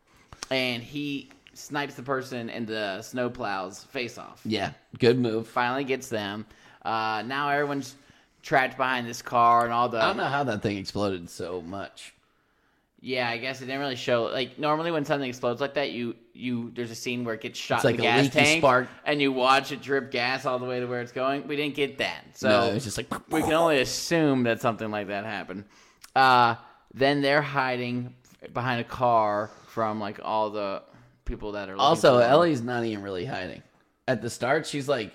B: and he snipes the person in the snowplow's face off.
A: Yeah. Good move.
B: Finally gets them. Uh, now everyone's trapped behind this car and all the
A: I don't know how that thing exploded so much.
B: Yeah, I guess it didn't really show. Like normally, when something explodes like that, you you there's a scene where it gets shot
A: It's
B: in
A: like
B: the
A: a
B: gas
A: leaky
B: tank,
A: spark.
B: and you watch it drip gas all the way to where it's going. We didn't get that, so
A: No, it's just like
B: we can only assume that something like that happened. Uh, then they're hiding behind a car from like all the people that are looking
A: Also,
B: for them.
A: Ellie's not even really hiding. At the start, she's like,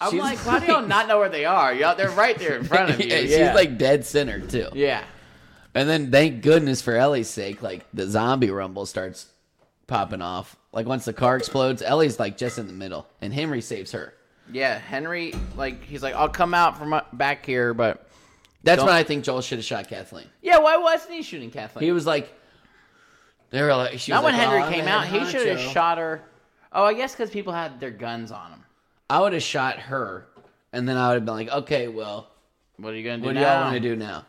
B: I'm
A: she's
B: like, why do y'all not know where they are? Y'all, they're right there in front of you.
A: she's
B: yeah.
A: like dead center too.
B: yeah,
A: And then, thank goodness for Ellie's sake, like the zombie rumble starts popping off. Like once the car explodes, Ellie's like just in the middle, and Henry saves her.
B: yeah. Henry, like, he's like, I'll come out from up- back here, but
A: That's
B: Don't-
A: when I think Joel should have shot Kathleen.
B: yeah, why wasn't he shooting Kathleen?
A: He was like, they were like, she was
B: Not when
A: like,
B: Henry
A: "Oh, I'm
B: came
A: a
B: out. He
A: honcho."
B: should have shot her. Oh, I guess because people had their guns on them.
A: I would have shot her, and then I would have been like, okay, well,
B: What are you gonna do
A: what do
B: now?
A: y'all want to do now?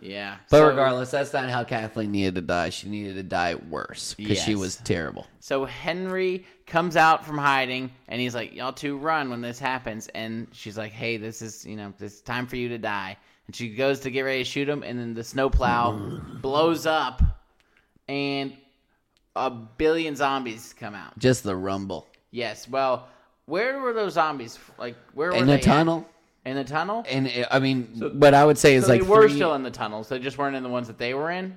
B: Yeah.
A: But
B: so,
A: regardless, that's not how Kathleen needed to die. She needed to die worse because she
B: Yes.
A: was terrible.
B: so Henry comes out from hiding, and he's like, "Y'all two run when this happens." And she's like, "Hey, this is you know, this is time for you to die." And she goes to get ready to shoot him, and then the snowplow blows up, and a billion zombies come out.
A: Just the rumble
B: Yes. Well, where were those zombies? Like, where were
A: in
B: they
A: the
B: at?
A: tunnel,
B: In the tunnel.
A: and it, I mean, what I would say is
B: So
A: like
B: they were
A: three-
B: still in the tunnels. They just weren't in the ones that they were in.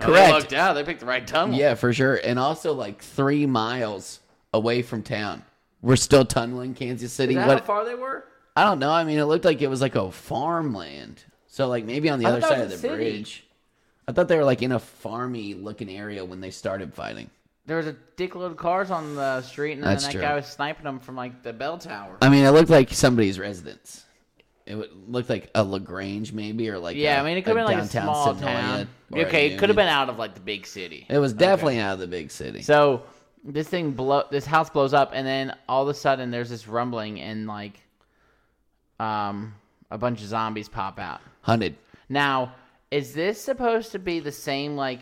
B: Oh,
A: Correct.
B: they looked out. They picked the right tunnel.
A: yeah, for sure, and also like three miles away from town. We're still tunneling Kansas City.
B: Is that
A: What
B: how far they were?
A: I don't know. I mean, it looked like it was like a farmland. So like maybe on the
B: I
A: other
B: thought it
A: side of
B: was
A: the
B: a city.
A: bridge. I thought they were like in a farmy looking area when they started fighting.
B: There was a dickload of cars on the street, and then
A: That's
B: that
A: true.
B: guy was sniping them from like the bell tower.
A: I mean, it looked like somebody's residence. It would, looked like a Lagrange maybe, or like
B: yeah,
A: I
B: I mean it could have been like a small town. Okay, it could have been out of like the big city.
A: It was definitely out of the big city.
B: So this thing blow, this house blows up, and then all of a sudden there's this rumbling, and like, um, a bunch of zombies pop out.
A: Hunted.
B: Now, is this supposed to be the same like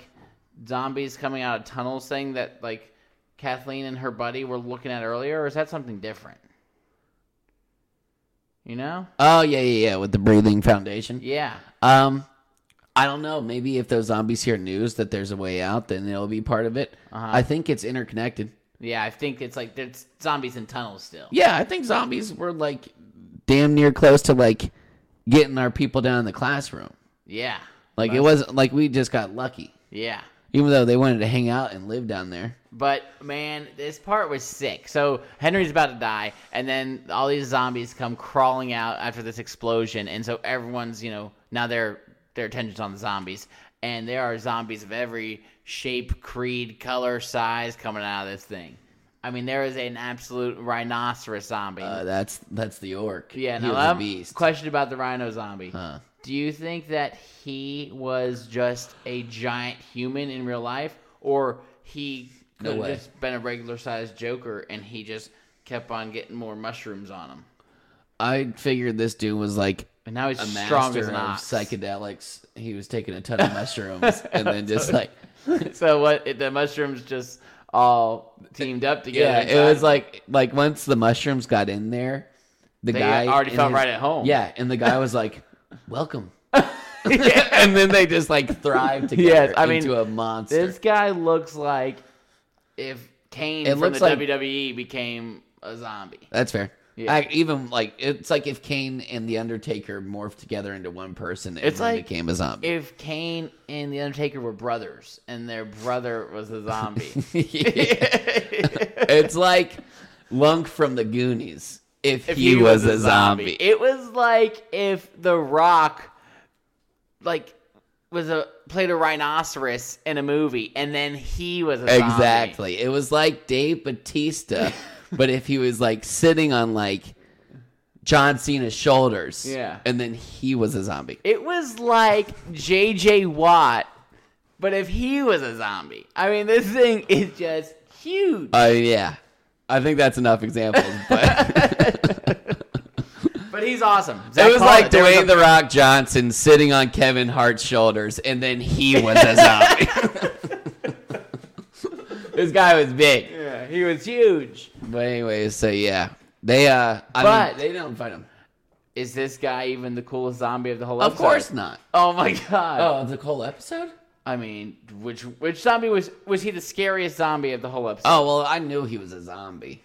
B: zombies coming out of tunnels thing that like Kathleen and her buddy were looking at earlier, or is that something different? You know?
A: Oh yeah, yeah, yeah. With the breathing foundation.
B: Yeah.
A: Um, I don't know. Maybe if those zombies hear news that there's a way out, then it'll be part of it.
B: Uh-huh.
A: I think it's interconnected.
B: Yeah, I think it's like there's zombies in tunnels still.
A: Yeah, I think zombies were like damn near close to like getting our people down in the classroom.
B: Yeah.
A: Like it wasn't like we just got lucky,
B: Yeah.
A: even though they wanted to hang out and live down there.
B: But man, this part was sick. So Henry's about to die, and then all these zombies come crawling out after this explosion, and so everyone's you know now their their attention's on the zombies, and there are zombies of every shape, creed, color, size coming out of this thing. I mean, there is an absolute rhinoceros zombie.
A: Uh, that's that's the orc.
B: yeah,
A: he
B: now
A: was a
B: I'm
A: beast.
B: question about the rhino zombie.
A: Huh.
B: Do you think that he was just a giant human in real life, or he
A: No
B: could have
A: way.
B: just been a regular sized Joker and he just kept on getting more mushrooms on him?
A: I figured this dude was like
B: And now he's
A: a
B: strong
A: master
B: as an
A: of
B: ox.
A: psychedelics. He was taking a ton of mushrooms and then just like
B: so what? if The mushrooms just all teamed up together.
A: yeah,
B: inside
A: it was
B: him,
A: like like once the mushrooms got in there, the
B: they
A: guy
B: already
A: and
B: felt
A: his-
B: right at home.
A: Yeah, and the guy was like, "Welcome."
B: Yeah.
A: and then they just like thrive together
B: Yes, I mean,
A: into a monster.
B: this guy looks like if Kane
A: It
B: from
A: looks
B: the
A: like-
B: WWE became a zombie.
A: That's fair.
B: Yeah.
A: I, even like it's like if Kane and the Undertaker morphed together into one person and
B: It's
A: then
B: like-
A: became a zombie.
B: if Kane and the Undertaker were brothers and their brother was a zombie.
A: Yeah. it's like Lunk from the Goonies. If,
B: If
A: he, was, a zombie,
B: It was like if The Rock like was a played a rhinoceros in a movie and then he was a zombie.
A: exactly. It was like Dave Batista, but if he was like sitting on like John Cena's shoulders,
B: Yeah.
A: and then he was a zombie.
B: It was like JJ Watt, but if he was a zombie. I mean this thing is just huge.
A: Oh yeah, I think that's enough examples. But
B: but he's awesome.
A: it was like
B: doing
A: Dwayne the Rock Johnson sitting on Kevin Hart's shoulders, and then he was a zombie. this guy was big,
B: Yeah, he was huge.
A: but anyways, so yeah, they uh, I
B: But-
A: mean, they don't fight him.
B: Is this guy even the coolest zombie of the whole
A: Of
B: episode?
A: course not.
B: Oh my god.
A: Oh, the whole episode.
B: I mean, which which zombie was was he the scariest zombie of the whole episode?
A: Oh well, I knew he was a zombie.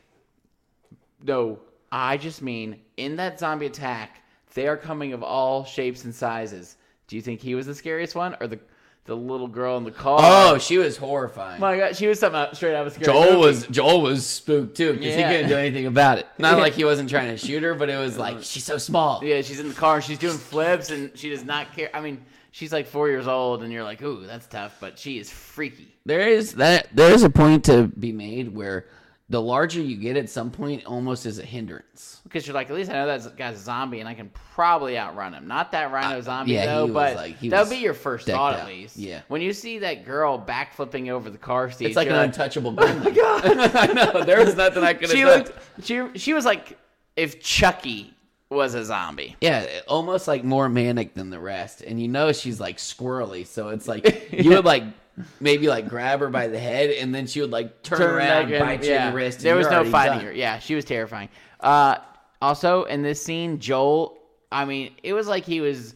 B: No, I just mean in that zombie attack, they are coming of all shapes and sizes. Do you think he was the scariest one, or the the little girl in the car. Oh
A: Oh, she was horrifying.
B: my god, she was something out- straight out of a scary
A: Joel
B: movie.
A: was Joel was spooked too because
B: Yeah.
A: he couldn't do anything about it. Not
B: Yeah.
A: like he wasn't trying to shoot her, but it was like she's so small.
B: Yeah, she's in the car. She's doing flips, and she does not care. I mean, she's like four years old, and you're like, "Ooh, that's tough," but she is freaky.
A: There is that. There is a point to be made where the larger you get, at some point, it almost is a hindrance.
B: Because you're like, at least I know that guy's a zombie, and I can probably outrun him. Not that rhino zombie
A: Uh, yeah, he
B: though,
A: was
B: but
A: like- he
B: that would
A: was
B: be your first
A: decked
B: thought at
A: out.
B: least.
A: Yeah.
B: When you see that girl backflipping over the car seat,
A: It's like "Oh an
B: you're
A: untouchable. gremlin. I know. There was nothing I could have
B: she
A: done.
B: looked. She she was like if Chucky was a zombie.
A: yeah, almost like more manic than the rest, and you know she's like squirrely, so it's like you would like maybe like grab her by the head, and then she would like turn,
B: back
A: around,
B: in,
A: bite you in the wrist. and
B: There was
A: you're
B: no
A: already
B: fighting
A: done.
B: her. Yeah, she was terrifying. Uh, also, in this scene, Joel, I mean, it was like he was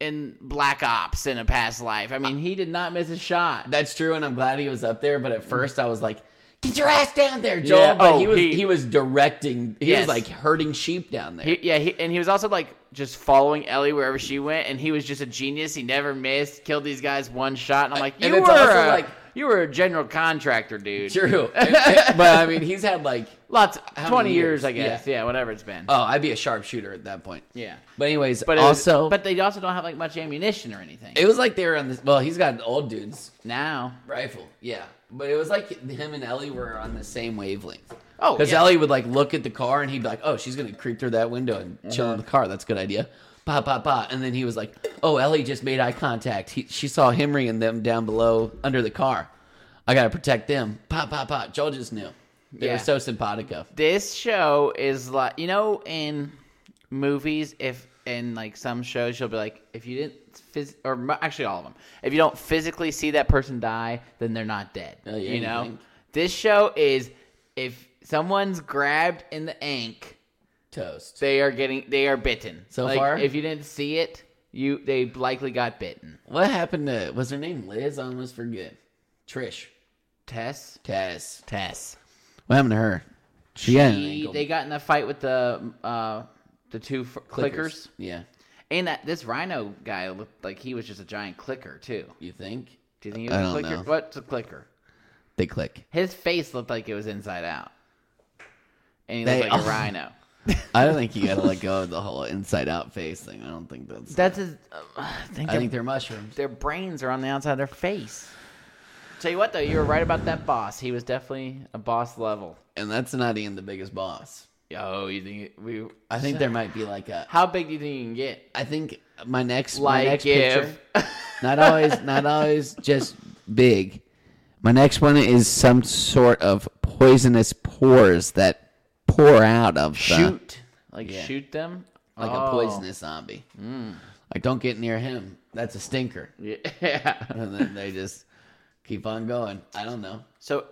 B: in Black Ops in a past life. I mean, he did not miss a shot.
A: That's true, and I'm glad he was up there. But at first, I was like, "Get your ass down there, Joel!"
B: Mm-hmm. Yeah.
A: But
B: Oh,
A: he was
B: he-
A: he, was directing. He
B: Yes.
A: was like herding sheep down there.
B: He, yeah, he, and he was also like just following Ellie wherever she went, and he was just a genius. He never missed, killed these guys one shot, and I'm like, you
A: And it's
B: were
A: also,
B: a-
A: like-
B: you were a general contractor, dude.
A: True, but I mean, he's had like,
B: Lots,
A: many
B: twenty years,
A: years?
B: I guess. Yeah. whatever it's been.
A: oh, I'd be a sharpshooter at that point.
B: yeah,
A: But anyways,
B: but it was-
A: also, but
B: but they also don't have like much ammunition or anything
A: it was like they were on this. Well, he's got an old dude's
B: now.
A: rifle, yeah. But it was like him and Ellie were on the same wavelength.
B: Oh,
A: because
B: yeah.
A: Ellie would like look at the car and he'd be like, "Oh, she's gonna creep through that window and chill in
B: Mm-hmm.
A: the car. That's a good idea." Pa pa pa, and then he was like, "Oh, Ellie just made eye contact. He, she saw him ringing them down below under the car. I gotta protect them." Pa pa pa. Joel just knew. They
B: Yeah.
A: were so simpatico.
B: this show is like you know in movies if in like some shows you'll be like if you didn't phys- or mo- actually all of them if you don't physically see that person die then they're not dead
A: Oh, yeah,
B: you
A: you
B: know
A: think.
B: this show is if someone's grabbed in the ank
A: Toast.
B: they are getting they are bitten
A: So
B: Like,
A: far?
B: if you didn't see it you they likely got bitten
A: What happened to? Was her name Liz? I almost forget. Trish.
B: tess
A: Tess.
B: tess
A: What happened to her? She, had an
B: He-
A: ankle.
B: they got in a fight with the uh the two f- clickers.
A: Yeah.
B: And that this rhino guy looked like he was just a giant clicker too.
A: You think
B: Do you think he
A: I
B: was a
A: don't
B: clicker?
A: know.
B: What's a clicker?
A: they click?
B: His face looked like it was inside out, and he
A: They-
B: looked like a rhino.
A: I don't think you gotta let go of the whole inside out face thing. I don't think that's.
B: That's his. Uh, I think,
A: I
B: their-
A: think they're mushrooms.
B: their brains are on the outside of their face. Tell you what though, you were right about that boss. He was definitely a boss level.
A: and that's not even the biggest boss.
B: Yo, you think it- we?
A: I think there might be like a.
B: How big do you think you can get?
A: I think my next
B: Like
A: my next
B: if
A: picture. Not always, not always just big. My next one is some sort of poisonous pores that pour out of the,
B: shoot, like
A: Yeah.
B: shoot them,
A: like
B: Oh. Hmm.
A: a poisonous zombie. Like don't get near him. That's a stinker.
B: Oh, Yeah.
A: And then they just keep on going. I don't know.
B: So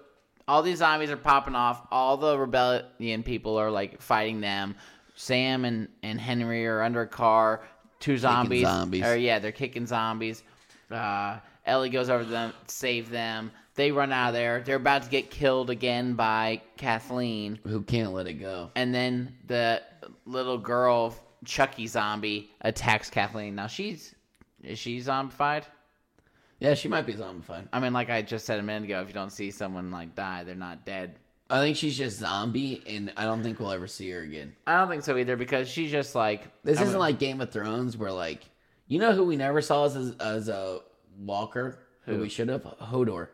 B: all these zombies are popping off. All the rebellion people are like fighting them. Sam and, and Henry are under a car. Two zombies.
A: zombies.
B: Or yeah, they're kicking zombies. Uh, Ellie goes over to them, save them. They run out of there. They're about to get killed again by Kathleen.
A: Who can't let it go?
B: And then the little girl Chucky zombie attacks Kathleen. Now she's is she zombified?
A: Yeah, she might be zombified.
B: I mean, like I just said a minute ago, if you don't see someone like die, they're not dead.
A: I think she's just zombie, and I don't think we'll ever see her again.
B: I don't think so either because she's just like
A: This
B: I'm
A: isn't
B: gonna-
A: like Game of Thrones where like you know who we never saw as as, as a walker who,
B: Who?
A: we should have Hodor.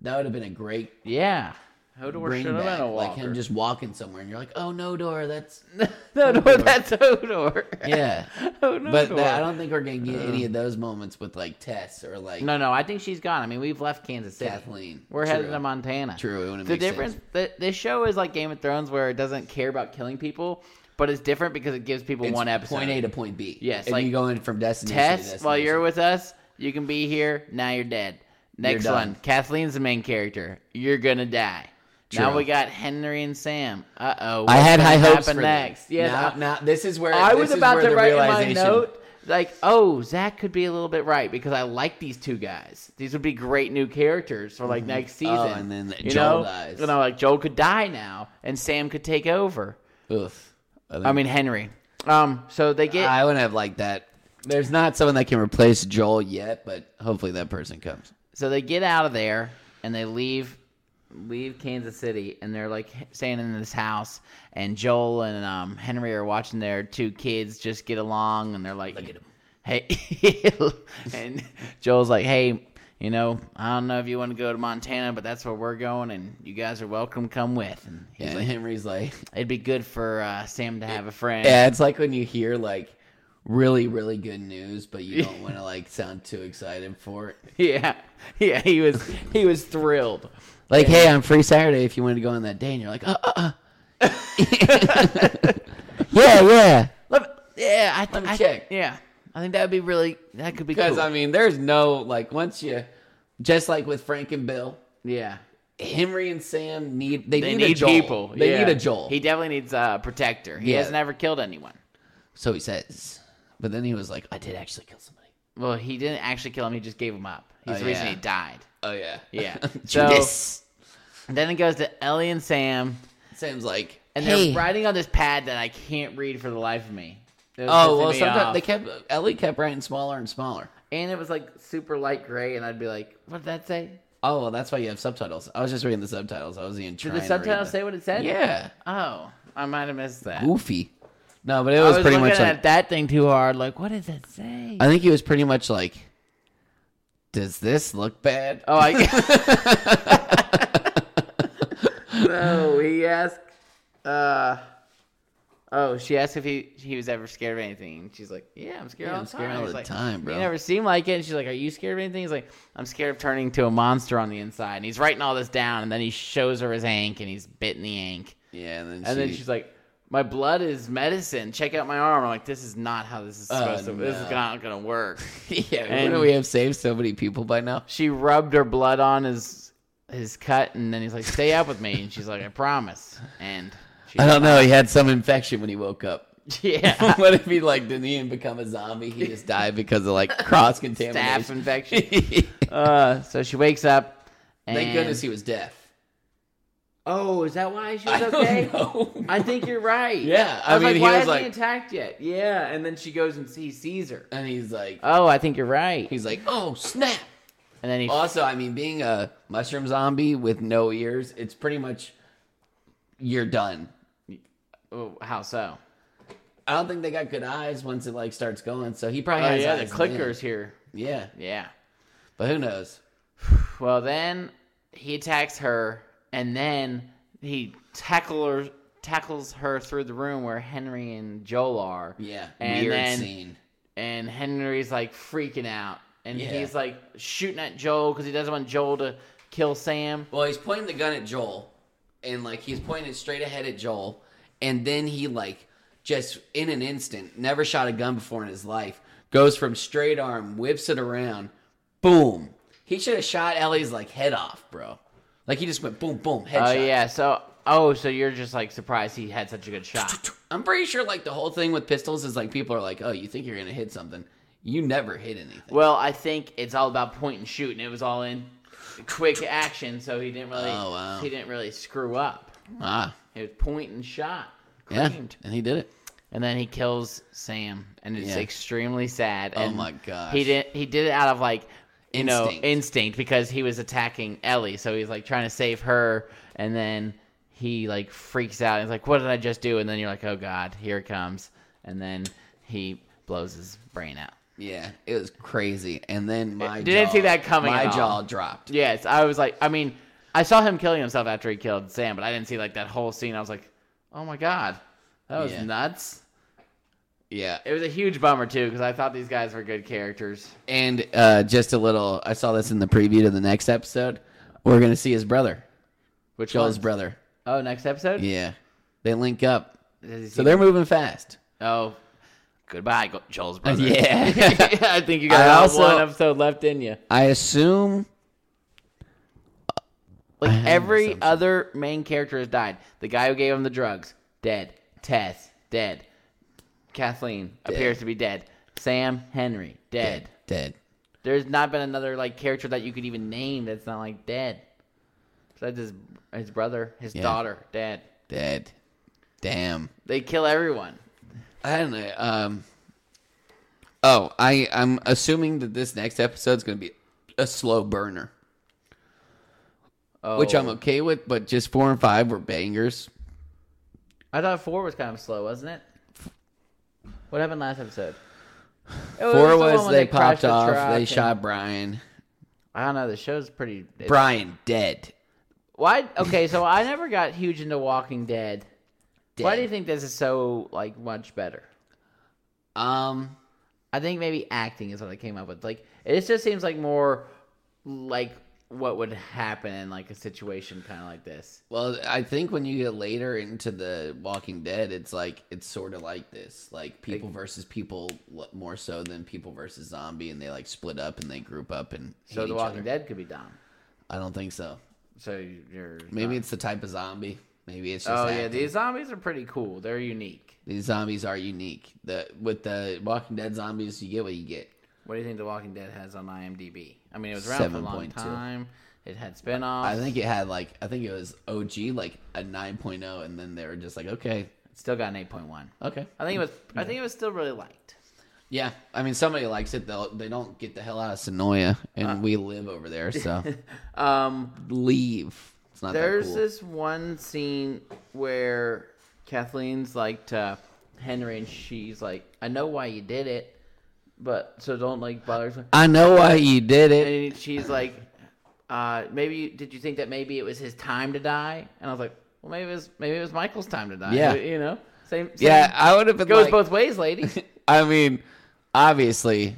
A: That would have been a great
B: yeah. Hodor
A: bring
B: should have been
A: back,
B: a
A: like
B: walker.
A: him just walking somewhere and you're like, oh no, Dora, that's
B: Hodor, that's Hodor.
A: yeah.
B: Hodor.
A: but that, I don't think we're gonna get any of those moments with like Tess or like
B: Uh. no, no, I think she's gone. I mean, we've left Kansas City.
A: Kathleen.
B: We're
A: True.
B: headed to Montana.
A: True, it wouldn't
B: The
A: make
B: difference,
A: sense.
B: the, this show is like Game of Thrones, where it doesn't care about killing people, but it's different because it gives people
A: It's
B: one episode.
A: Point A to point B.
B: Yes,
A: and
B: like-
A: you go in from destination. to
B: Tess,
A: destination.
B: while you're with us, you can be here. Now you're dead. Next
A: done.
B: one, Kathleen's the main character. You're gonna die. Now
A: True.
B: we got Henry and Sam. Uh oh.
A: I had high hopes for
B: happen next.
A: next.
B: Yeah,
A: now, now this is where
B: I
A: this
B: was
A: is
B: about
A: where
B: to
A: the
B: write in my
A: realization-
B: note like, oh, Zach could be a little bit right because I like these two guys. These would be great new characters for like next season.
A: Mm-hmm. Oh, and then
B: you
A: Joel
B: know?
A: dies.
B: You know, like Joel could die now, and Sam could take over.
A: Oof.
B: I mean Henry. Um, so they get
A: I wouldn't have liked that. There's not someone that can replace Joel yet, but hopefully that person comes.
B: So they get out of there and they leave leave Kansas City and they're like staying in this house and Joel and um, Henry are watching their two kids just get along and they're like
A: Look at 'em.
B: Hey and Joel's like, Hey, you know, I don't know if you want to go to Montana, but that's where we're going and you guys are welcome to come with and he's
A: and
B: like
A: Henry's like,
B: it'd be good for uh, Sam to have a friend.
A: yeah, it's like when you hear like really, really good news, but you don't want to like sound too excited for it.
B: Yeah. Yeah, he was he was thrilled.
A: Like, hey, I'm free Saturday if you want to go on that day, and you're like, uh, uh, uh. yeah, yeah.
B: Let me, yeah, I th-
A: me
B: I-
A: check.
B: Yeah, I think that would be really that could be
A: Because
B: cool.
A: I mean, there's no like once you, just like with Frank and Bill,
B: yeah,
A: Henry and Sam need they,
B: they
A: need, a
B: need
A: Joel.
B: people.
A: They
B: yeah.
A: need a Joel.
B: He definitely needs a protector. He
A: Yeah.
B: has never killed anyone.
A: so he says, but then he was like, I did actually kill somebody.
B: Well, he didn't actually kill him. He just gave him up. He's
A: Oh,
B: the reason
A: yeah.
B: he died.
A: Oh yeah,
B: Yeah. So-
A: Judas.
B: then it goes to Ellie and Sam,
A: Sam's like,
B: and
A: hey.
B: they're writing on this pad that I can't read for the life of me. It was
A: Oh
B: pissing
A: well,
B: me
A: sometimes
B: off.
A: they kept Ellie kept writing smaller and smaller.
B: and it was like super light gray, and I'd be like, "What did that say?"
A: Oh, well, that's why you have subtitles. I was just reading the subtitles. I was even
B: Did
A: trying.
B: the
A: to read
B: subtitles say what it said?
A: Yeah,
B: Oh, I might have missed that.
A: goofy. No, but it
B: I
A: was,
B: was
A: pretty
B: looking
A: much like
B: at that thing too hard. Like, what does it say?
A: I think he was pretty much like, "Does this look bad?"
B: Oh, I. no, he asked. Uh, oh, she asked if he he was ever scared of anything. And she's like, "Yeah, I'm scared
A: Yeah,
B: all
A: I'm
B: the
A: scared
B: time."
A: all
B: He's
A: the
B: like,
A: time, bro.
B: You never seem like it. And she's like, "Are you scared of anything?" He's like, "I'm scared of turning to a monster on the inside." And he's writing all this down, and then he shows her his ank, and he's bitten the ank.
A: yeah, and then
B: And
A: she,
B: then she's like, "My blood is medicine. Check out my arm." I'm like, "This is not how this is
A: Oh,
B: supposed to. This is
A: no.
B: not gonna work."
A: "Yeah,
B: and-
A: wouldn't we have saved so many people by now?"
B: she rubbed her blood on his his cut, and then he's like, "Stay up with me," and she's like, "I promise." And she,
A: I don't know. He had some infection when he woke up.
B: yeah,
A: what if he like didn't even become a zombie? He just died because of like cross
B: staph
A: contamination.
B: infection.
A: Thank
B: Uh, so she wakes up. And,
A: goodness he was deaf.
B: Oh, is that why she was
A: I don't
B: okay?
A: know.
B: I think you're right.
A: Yeah,
B: I,
A: I
B: was
A: mean,
B: like,
A: he
B: why
A: was
B: hasn't he
A: like-
B: attacked yet? Yeah, and then she goes and he sees her.
A: and he's like,
B: Oh, I think you're right.
A: he's like, "Oh snap!"
B: And then he
A: Also, I mean, being a mushroom zombie with no ears, it's pretty much you're done.
B: oh, how so?
A: I don't think they got good eyes once it like starts going. So he probably
B: Oh
A: has
B: yeah, the
A: eyes in there.
B: clickers here.
A: Yeah,
B: Yeah.
A: but who knows?
B: Well, then he attacks her, and then he tackle her, tackles her through the room where Henry and Joel are.
A: Yeah,
B: And
A: weird
B: then-
A: scene.
B: And Henry's like freaking out, and
A: Yeah.
B: he's like shooting at Joel because he doesn't want Joel to kill Sam.
A: Well, he's pointing the gun at Joel, and like he's pointing it straight ahead at Joel, and then he like just in an instant, never shot a gun before in his life, goes from straight arm, whips it around, boom. He should have shot Ellie's like head off, bro. Like he just went boom, boom,
B: Oh
A: headshot.
B: yeah, so oh, so you're just like surprised he had such a good shot.
A: I'm pretty sure like the whole thing with pistols is like people are like, oh, you think you're gonna hit something, you never hit anything.
B: well, I think it's all about point and shoot, and it was all in quick action, so he didn't really
A: Oh, wow.
B: he didn't really screw up.
A: Ah,
B: It was point and shot.
A: yeah,
B: Creamed.
A: and he did it.
B: and then he kills Sam, and it's
A: Yeah.
B: extremely sad.
A: Oh
B: and
A: my gosh.
B: He did. He did it out of like you
A: Instinct.
B: know instinct because he was attacking Ellie, so he's like trying to save her, and then he like freaks out. He's like, "What did I just do?" And then you're like, "Oh God, here it comes!" And then he blows his brain out.
A: Yeah, it was crazy. And then my
B: didn't
A: jaw-
B: see that coming
A: My
B: at all.
A: jaw dropped.
B: Yes, I was like, I mean, I saw him killing himself after he killed Sam, but I didn't see like that whole scene. I was like, "Oh my God, that was
A: Yeah.
B: nuts."
A: Yeah,
B: It was a huge bummer too because I thought these guys were good characters.
A: and uh, just a little. I saw this in the preview to the next episode. We're gonna see his brother,
B: Which
A: Joel's
B: ones?
A: brother.
B: Oh, next episode.
A: Yeah, they link up,
B: Does he
A: so
B: see-
A: they're moving fast.
B: Oh, goodbye, Go- Joel's brother.
A: Yeah.
B: I think you got
A: I
B: all
A: also-
B: one episode left in you.
A: I assume.
B: Like
A: an
B: every
A: assumption.
B: other main character has died. The guy who gave him the drugs, dead. Tess, dead. Kathleen appears to be dead. Sam Henry, dead.
A: Dead.
B: There's not been another like character that you could even name that's not like dead. Besides his his brother, his
A: Yeah.
B: daughter, dead.
A: Dead. Damn.
B: They kill everyone.
A: I don't know. Um, Oh, I I'm assuming that this next episode's going to be a slow burner,
B: Oh.
A: which I'm okay with. But just four and five were bangers.
B: I thought four was kind of slow, wasn't it? What happened last episode? It
A: Four
B: the
A: was,
B: one when
A: they,
B: crashed
A: popped
B: the
A: off.
B: truck
A: they
B: and-
A: shot Brian.
B: I don't know. The show's pretty. it's-
A: Brian dead.
B: Why? Okay, so I never got huge into Walking Dead. Why do you
A: Dead.
B: think this is so like much better?
A: Um,
B: I think maybe acting is what I came up with. Like it just seems like more like what would happen in like a situation kind of like this.
A: Well, I think when you get later into the Walking Dead, it's like it's sort of like this, like people versus people l- more so than people versus zombie, and they like split up and they group up and
B: So
A: hate
B: The
A: each
B: Walking
A: other.
B: Dead could be Dom.
A: I don't think so.
B: So you're
A: Maybe it's the type of zombie. Maybe it's just
B: oh yeah,
A: acting.
B: these zombies are pretty cool. They're unique.
A: These zombies are unique. The with the Walking Dead zombies, you get what you get.
B: What do you think The Walking Dead has on IMDb? I mean, it was around for a long
A: 7.2.
B: time. It had spin-offs.
A: I think it had like I think it was OG like a 9.0 and then they were just like okay,
B: it still got an eight point one.
A: okay.
B: I think it was. I think it was still really liked.
A: Yeah, I mean somebody likes it. They they don't get the hell out of Sonoya and
B: Uh.
A: we live over there, so
B: Um,
A: leave. It's not
B: There's
A: that cool.
B: this one scene where Kathleen's like to Henry, and she's like, "I know why you did it, but so don't like bother." us."
A: I know why you did it.
B: And she's like, uh, "Maybe did you think that maybe it was his time to die?" And I was like, "Well, maybe it was maybe it was Michael's time to die."
A: Yeah.
B: you know, same. same
A: Yeah, I would have been
B: goes
A: like,
B: both ways, lady.
A: I mean, obviously,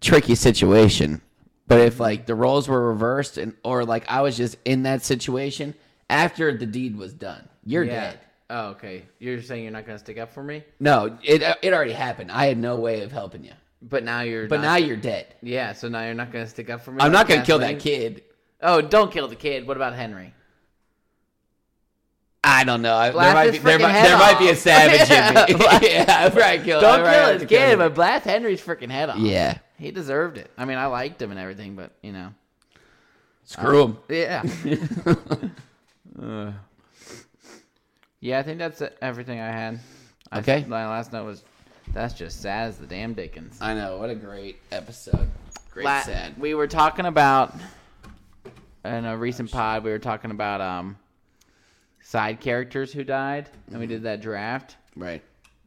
A: tricky situation. But if like the roles were reversed and or like I was just in that situation after the deed was done, you're
B: Yeah.
A: dead.
B: Oh, okay. You're saying you're not gonna stick up for me,
A: No, it it already happened. I had no way of helping you.
B: but now you're. not-
A: But now you're dead.
B: yeah. So now you're not gonna stick up for me.
A: I'm not
B: like
A: gonna kill that
B: Kathleen?
A: kid.
B: Oh, don't kill the kid. What about Henry?
A: I don't know. I-
B: Blast
A: there
B: his
A: might be there,
B: freaking
A: might,
B: head
A: there might be a
B: off.
A: savage in me.
B: Yeah.
A: yeah, I'd probably kill.
B: Don't
A: I'd probably
B: kill
A: have
B: his
A: to
B: kid,
A: him.
B: but blast Henry's freaking head off.
A: yeah,
B: He deserved it. I mean, I liked him and everything, but, you know.
A: screw him.
B: Yeah. yeah, I think that's everything I had. I-
A: Okay.
B: my last note was that's just sad as the damn Dickens.
A: I know. What a great episode. Great
B: La-
A: sad.
B: We were talking about, in a recent pod, we were talking about um, side characters who died, and we did that draft.
A: Right.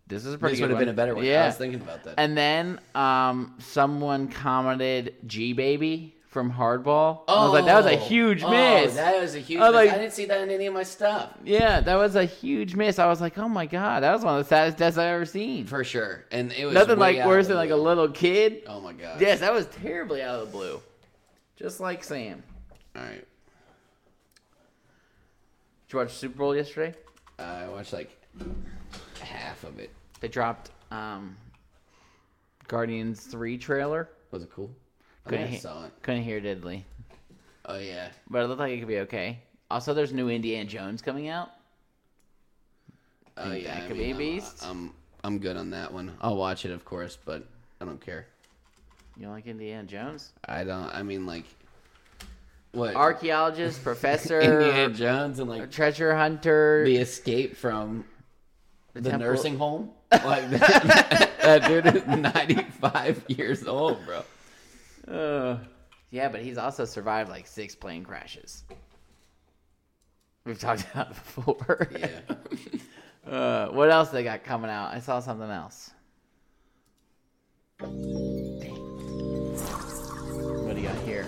B: This is a pretty
A: Mm-hmm. This
B: good
A: would have
B: one.
A: been a better one.
B: Yeah.
A: I was thinking about that.
B: And then um, someone commented G Baby from Hardball. I was like, that was a huge
A: oh,
B: miss.
A: That was a huge
B: I was
A: miss.
B: like-
A: I didn't see that in any of my stuff.
B: yeah, that was a huge miss. I was like, oh my god, that was one of the saddest deaths I've ever seen.
A: For sure. And it was
B: Nothing
A: way
B: like
A: out
B: worse
A: of the
B: than like a
A: blue.
B: little kid.
A: Oh my god.
B: Yes, that was terribly out of the blue. Just like Sam.
A: All right.
B: Did you watch the Super Bowl yesterday?
A: Uh, I watched like half of it.
B: They dropped um, Guardians 3 trailer.
A: Was it cool? I
B: Couldn't,
A: think I
B: he-
A: saw it.
B: couldn't hear diddly.
A: Oh yeah.
B: But it looked like it could be okay. Also, there's new Indiana Jones coming out.
A: Oh
B: Think
A: yeah.
B: that
A: I
B: could
A: mean,
B: be a
A: I'm- uh,
B: beast?
A: I'm I'm good on that one. I'll watch it of course, but I don't care.
B: You don't like Indiana Jones?
A: I don't I mean like what
B: Archaeologist, professor,
A: Indiana Jones and like
B: treasure hunter.
A: the escape from the,
B: temple-
A: nursing home. Like that, that dude is ninety five years old, bro.
B: yeah, but he's also survived like six plane crashes. We've talked about it before.
A: Yeah.
B: Uh, what else they got coming out? I saw something else. What do you got here?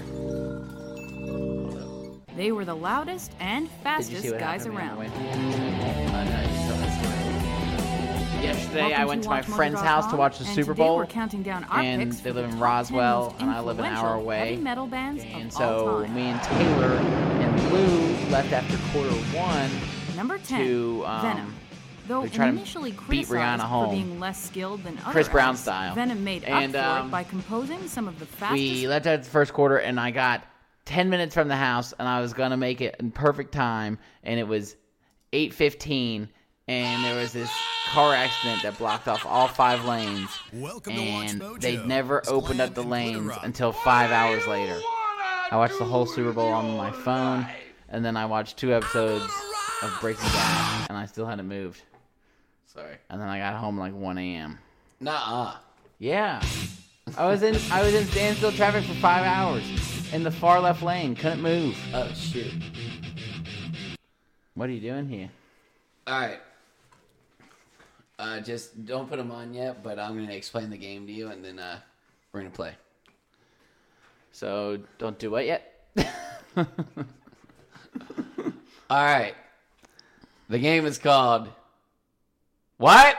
C: They were the loudest and
B: Did you
C: fastest
B: see what
C: guys
B: happened?
C: around.
B: Man,
A: I know, you tell that story.
B: Yesterday,
C: Welcome
B: I went to my
C: WatchMojo.com,
B: friend's house to watch the
C: and
B: Super
C: today
B: Bowl.
C: We're counting down our
B: and
C: picks
B: they live
C: for the
B: in
C: top 10 most
B: Roswell, and I live an hour
C: influential
B: away.
C: Heavy metal bands
B: And
C: of all
B: so
C: time.
B: me and Taylor and Blue left after quarter one.
C: Number 10,
B: to, um,
C: Venom. Though
B: they try to
C: initially
B: beat
C: criticized
B: Rihanna
C: for
B: home.
C: being less skilled than other
B: Chris Brown
C: acts,
B: style.
C: Venom made up
B: And,
C: for
B: um,
C: it by composing some of the fastest.
B: We left after the first quarter, and I got 10 minutes from the house, and I was going to make it in perfect time, and it was 8.15, and there was this car accident that blocked off all five lanes,
D: Welcome
B: and
D: to Watch Mojo.
B: they never
D: It's
B: opened
D: planned
B: up the
D: and glitter
B: lanes
D: rock.
B: until five hours later. I watched the whole Super Bowl on my phone, and then I watched two episodes of Breaking Bad, and I still hadn't moved.
A: Sorry.
B: And then I got home like 1 a.m.
A: Nah.
B: Yeah. I was in I was in standstill traffic for five hours in the far left lane. Couldn't move.
A: Oh shoot!
B: What are you doing here?
A: All right. Uh, just don't put them on yet, but I'm gonna explain the game to you, and then uh, we're gonna play.
B: So don't do it yet.
A: All right. The game is called
B: What?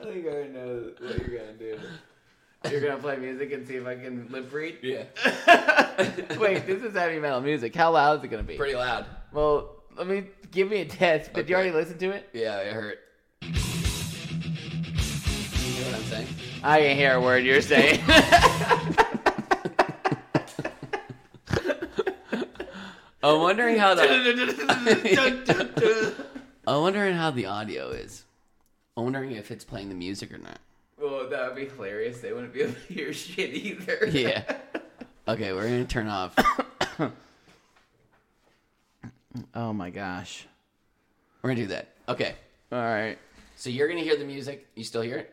A: I think I know what you're gonna do.
B: You're gonna play music and see if I can lip read?
A: Yeah,
B: Wait, this is heavy metal music. How loud is it gonna be?
A: pretty loud.
B: Well, let me give me a test. Did you
A: Okay.
B: already listen to it?
A: Yeah, it hurt. You know what I'm saying?
B: I can hear a word you're saying.
A: I'm wondering how the. I'm wondering how the audio is. I'm wondering if it's playing the music or not.
B: well, that would be hilarious. They wouldn't be able to hear shit either.
A: Yeah. Okay, we're gonna turn off.
B: Oh my gosh.
A: We're gonna do that. Okay.
B: All right.
A: So you're gonna hear the music. You still hear it?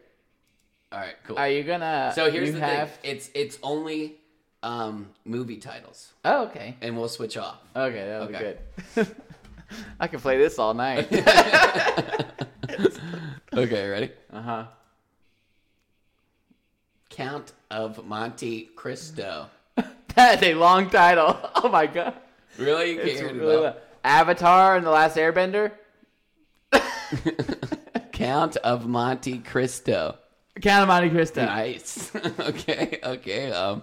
A: All right. Cool.
B: Are you gonna?
A: so here's
B: you
A: the
B: have,
A: thing. It's it's only um, movie titles,
B: Oh, okay.
A: and we'll switch off.
B: Okay, that'll be
A: Okay.
B: good. I can play this all night.
A: Okay. Ready?
B: uh huh.
A: Count of Monte Cristo.
B: That's a long title. Oh my god.
A: Really? You can't
B: It's
A: hear it
B: really
A: at all?
B: long. Avatar and the Last Airbender.
A: Count of Monte Cristo.
B: Count of Monte Cristo.
A: Nice. okay. Okay. Um.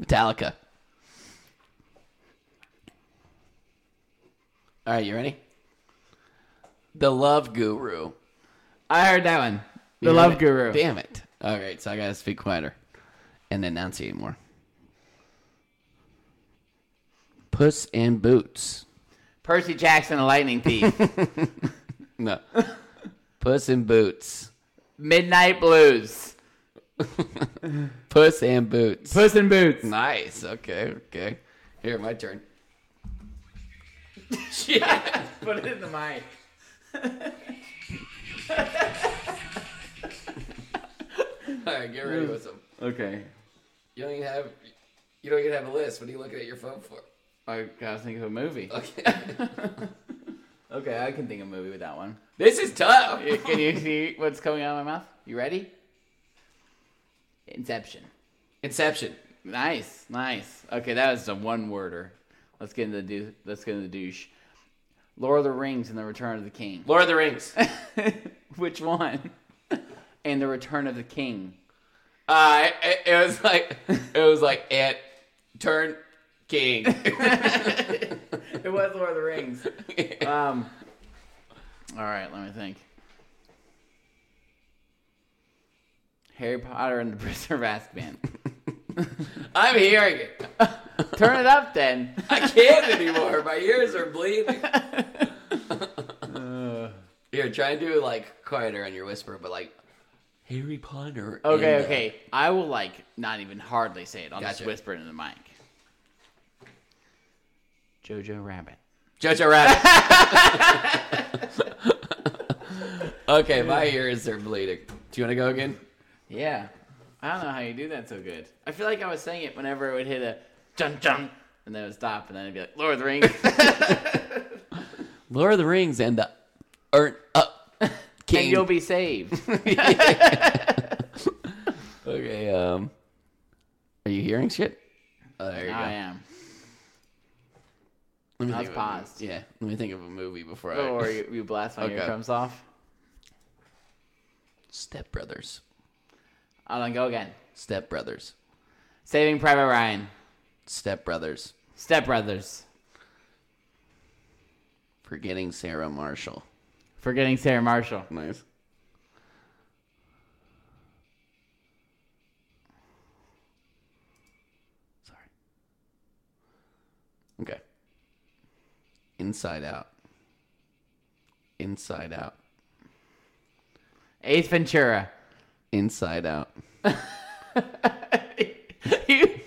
A: Metallica. All right, you ready? The Love Guru.
B: I heard that one. The
A: You
B: Love
A: heard it?
B: Guru.
A: Damn it. All right, so I gotta speak quieter and enunciate more. Puss in Boots.
B: Percy Jackson, the Lightning Thief.
A: No. Puss in Boots.
B: Midnight Blues.
A: Puss in Boots.
B: Puss in Boots.
A: Nice. Okay. Okay. Here, my turn.
B: Put it in the mic.
A: All right, get ready with them.
B: Okay.
A: You don't even have. You don't even have a list. What are you looking at your phone for?
B: I gotta think of a movie.
A: Okay.
B: Okay, I can think of a movie with that one.
A: this is tough.
B: Yeah, Can you see what's coming out of my mouth? You ready? Inception.
A: Inception.
B: Nice, nice. Okay, that was a one worder. Let's get into the dou- let's get into the douche. Lord of the Rings and the Return of the King.
A: Lord of the Rings. Uh,
B: Which one? and the Return of the King.
A: Uh, it, it was like it was like it turn king.
B: It was Lord of the Rings. um. All right, let me think. Harry Potter and the Prisoner of Azkaban.
A: I'm hearing it.
B: Turn it up then.
A: I can't anymore. My ears are bleeding. Here, try and do like quieter on your whisper, but like Harry Potter. and
B: Okay,
A: the-
B: okay. I will like not even hardly say it. I'll just
A: Gotcha.
B: whisper it in the mic. Jojo Rabbit.
A: Jojo Rabbit. okay, my ears are bleeding. Do you want to go again?
B: Yeah. I don't know how you do that so good. I feel like I was saying it whenever it would hit a jump jump and then it would stop and then it'd be like Lord of the Rings.
A: Lord of the Rings and the Earn Up King.
B: and you'll be saved.
A: okay. Um, are you hearing shit? Oh, there you
B: I
A: go.
B: am.
A: Let me
B: I was
A: think of a-
B: paused.
A: Yeah, let me think of a movie before I.
B: Or you, you blast my
A: Okay.
B: eardrums off.
A: Step Brothers.
B: I'll then go again.
A: Step Brothers.
B: Saving Private Ryan.
A: Step Brothers.
B: Step Brothers.
A: Forgetting Sarah Marshall.
B: Forgetting Sarah Marshall.
A: Nice. Sorry. Okay. Inside out. Inside out.
B: Ace Ventura.
A: Inside out.
B: you,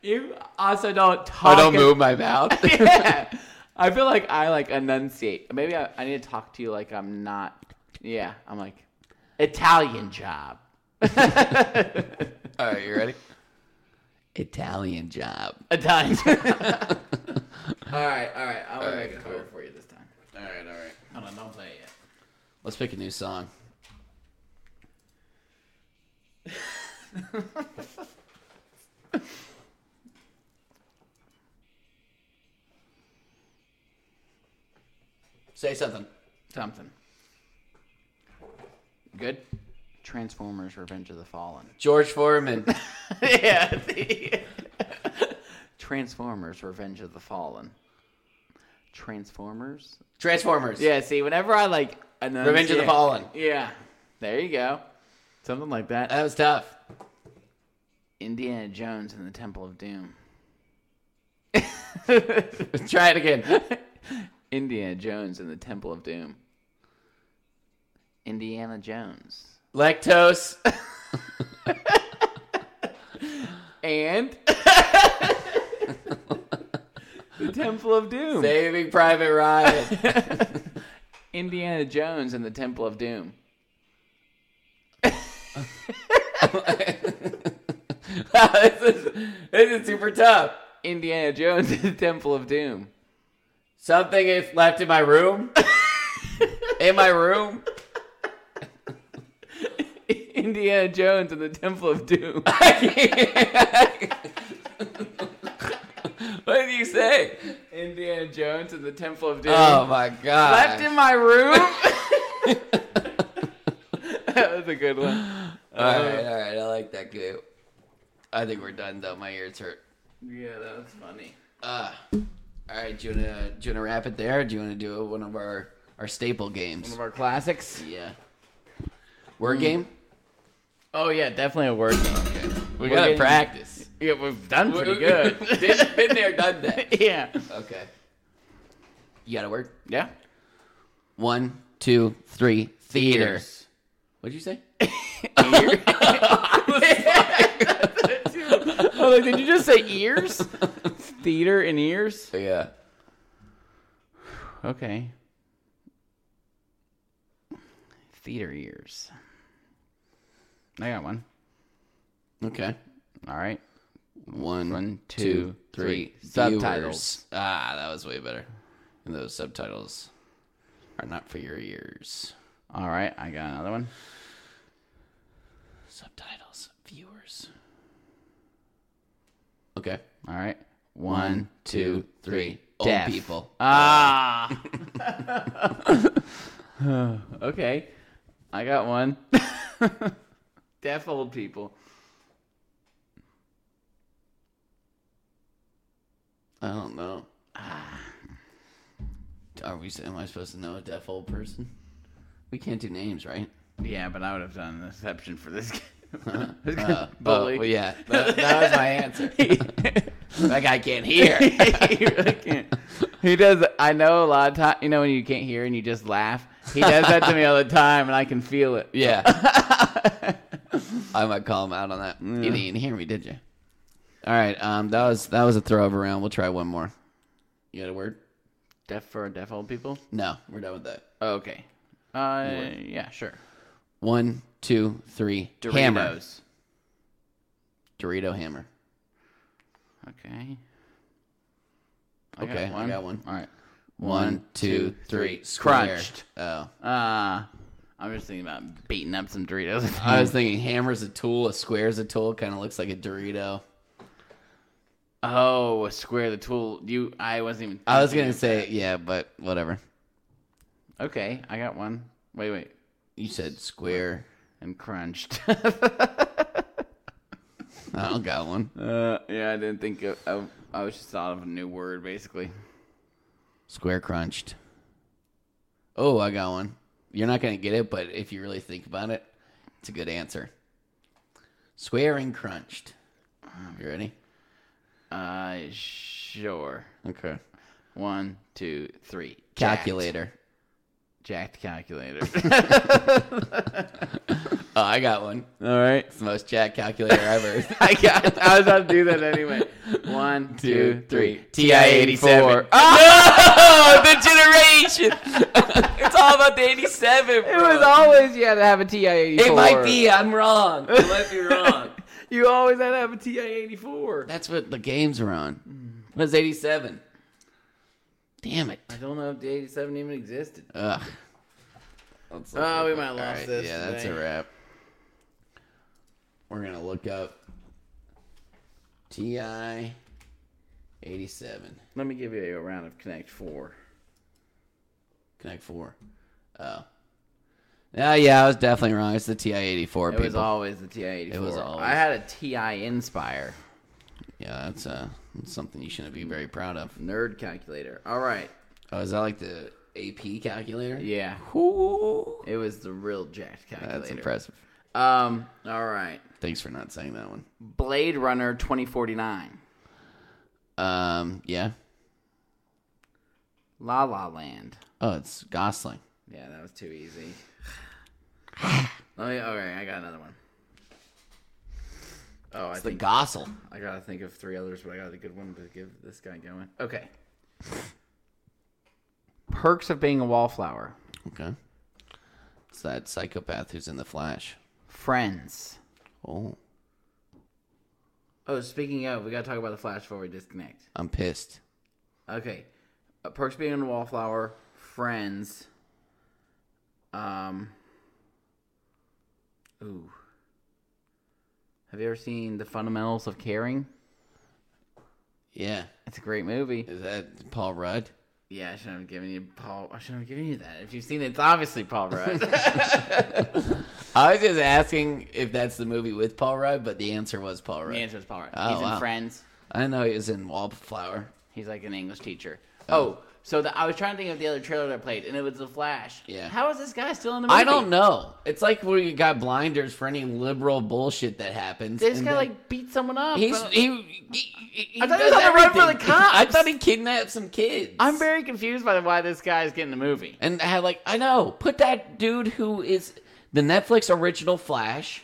B: you, also don't talk.
A: Oh, I don't move my mouth.
B: yeah. I feel like I like enunciate. Maybe I, I need to talk to you like I'm not. Yeah, I'm like Italian job.
A: All right, you ready? Italian job.
B: Italian. job. all right, all right. I'm gonna
A: right,
B: make a cover for you this time.
A: All right, all right.
B: Hold on, don't play it yet.
A: Let's pick a new song. Say something.
B: Something. Good. Transformers: Revenge of the Fallen.
A: George Foreman.
B: yeah. the- Transformers: Revenge of the Fallen. Transformers.
A: Transformers.
B: Yeah. See, whenever I like enunciate,
A: Revenge of the Fallen.
B: Yeah. There you go. Something like that.
A: That was tough.
B: Indiana Jones and the Temple of Doom.
A: Try it again.
B: Indiana Jones and the Temple of Doom. Indiana Jones.
A: Lactose.
B: And the Temple of Doom.
A: Saving Private Ryan.
B: Indiana Jones and the Temple of Doom.
A: this, is, this is super tough.
B: Indiana Jones and the Temple of Doom.
A: Something is left in my room. in my room.
B: Indiana Jones and the Temple of Doom.
A: What did you say?
B: Indiana Jones and the Temple of Doom.
A: Oh my god.
B: Left in my room. that was a good one.
A: all right, all right. I like that goo. I think we're done though. My ears hurt.
B: Yeah, that was funny.
A: Uh, all right, do you wanna do you wanna wrap it there? Or do you wanna do one of our our staple games?
B: One of our classics.
A: Yeah. Word game.
B: Oh yeah, definitely a word. game.
A: Okay. We
B: We're
A: gotta
B: getting-
A: practice.
B: Yeah, we've done pretty
A: We're-
B: good.
A: Been- been there, done that.
B: yeah.
A: Okay. You got a word?
B: Yeah.
A: One, two, three. Theater. What'd you say?
B: Ear. oh, like, did you just say ears? Theater and ears.
A: Yeah.
B: Okay. Theater ears. I got one.
A: Okay.
B: All right.
A: One,
B: One, two,
A: two, three.
B: three. Subtitles.
A: Viewers. Ah, that was way better. And those subtitles are not for your ears.
B: All right. I got another one.
A: Subtitles. Viewers. Okay.
B: All right. One, two, three.
A: Old
B: Deaf.
A: people.
B: Ah. okay. I got one. Deaf old people.
A: I don't know. Ah. Are we? Am I supposed to know a deaf old person? We can't do names, right?
B: Yeah, but I would have done an exception for this guy.
A: Uh,
B: Bully.
A: oh, well, yeah, that, that was my answer. that guy can't hear.
B: he really can't. He does. I know a lot of time. You know when you can't hear and you just laugh. He does that to me all the time, and I can feel it.
A: Yeah, I might call him out on that. You didn't even hear me, did you? All right, um, that was that was a throw of a round. We'll try one more. You got a word?
B: deaf for deaf old people.
A: No, we're done with that.
B: Okay. Uh, yeah, sure.
A: One, two, three. Hammer.
B: Doritos.
A: Dorito hammer.
B: Okay. I
A: Okay, I got one.
B: All right.
A: One, two, three. Square.
B: Crunched.
A: Oh.
B: Uh, I'm just thinking about beating up some Doritos.
A: I was thinking hammer's a tool, a square's a tool, kind of looks like a Dorito.
B: oh, a square the tool. You, I wasn't even.
A: I was
B: thinking
A: gonna
B: of
A: say yeah, but whatever.
B: that. Okay, I got one. Wait, wait.
A: You said square.
B: And crunched.
A: I don't got one.
B: Uh, yeah, I didn't think of. I, I was just thought of a new word, basically.
A: Square crunched. Oh, I got one. You're not gonna get it, but if you really think about it, it's a good answer. Square and crunched. You ready?
B: Uh, sure.
A: Okay.
B: One, two, three. Jacked.
A: Calculator.
B: Jacked calculator.
A: Oh, I got one.
B: All right.
A: It's the most chat calculator ever.
B: I got. I was about to do that anyway. One, two, three.
A: TI eighty seven.
D: Oh, the
A: Oh,
D: generation. it's all about the
B: It
D: 87.
B: was always you had to have a TI eighty four.
A: It might be. I'm wrong. It might be wrong.
B: You always had to have a TI eighty four.
A: That's what the games were on. It was eighty seven. Damn it.
B: I don't know if the eighty seven even existed.
A: Ugh.
B: Oh, we might have lost
A: Alright,
B: this.
A: Yeah, that's
B: thing.
A: a wrap. We're gonna look up TI eighty seven.
B: Let me give you a round of Connect Four.
A: Connect four. Oh. Yeah, yeah, I was definitely wrong. It's the TI eighty four
B: It
A: people.
B: was always the TI eighty four.
A: It was always-
B: I had a TI Inspire
A: yeah, that's uh that's something you shouldn't be very proud of.
B: nerd calculator. All right.
A: Oh, is that like the AP calculator?
B: Yeah.
A: Ooh.
B: It was the real jacked calculator.
A: That's impressive.
B: Um. All right.
A: Thanks for not saying that one.
B: Blade Runner twenty forty nine.
A: Um, yeah.
B: La La Land.
A: Oh, it's Gosling.
B: Yeah, that was too easy. Let me. Okay, I got another one. Oh, I
A: It's the
B: think
A: Gosel.
B: I gotta think of three others, but I got a good one to give this guy going. Okay. Perks of being a wallflower.
A: Okay. It's that psychopath who's in the Flash.
B: Friends.
A: Oh,
B: Oh, speaking of, we gotta talk about the flash before we disconnect.
A: I'm pissed.
B: Okay. Uh, perks of being a wallflower. Friends. Um. Ooh. Have you ever seen The Fundamentals of Caring?
A: Yeah.
B: It's a great movie.
A: Is that Paul Rudd?
B: Yeah, I shouldn't have given you Paul. I shouldn't have given you that. If you've seen it, it's obviously Paul Rudd.
A: I was just asking if that's the movie with Paul Rudd, but the answer was Paul Rudd.
B: the answer is Paul Rudd.
A: Oh,
B: He's in
A: wow.
B: Friends.
A: I didn't know he was in Wallflower.
B: He's like an English teacher. Oh, so the, I was trying to think of the other trailer that I played, and it was The Flash.
A: Yeah.
B: How is this guy still in the movie?
A: I don't know. It's like where you got blinders for any liberal bullshit that happens.
B: This
A: and
B: guy
A: then-
B: like beat someone up.
A: He's
B: bro.
A: he. he, he- he
B: I thought he
A: does
B: was on the run for
A: everything.
B: the cops.
A: I thought he kidnapped some kids.
B: I'm very confused by why this guy is getting the movie.
A: and I had like I know. Put that dude who is the Netflix original Flash.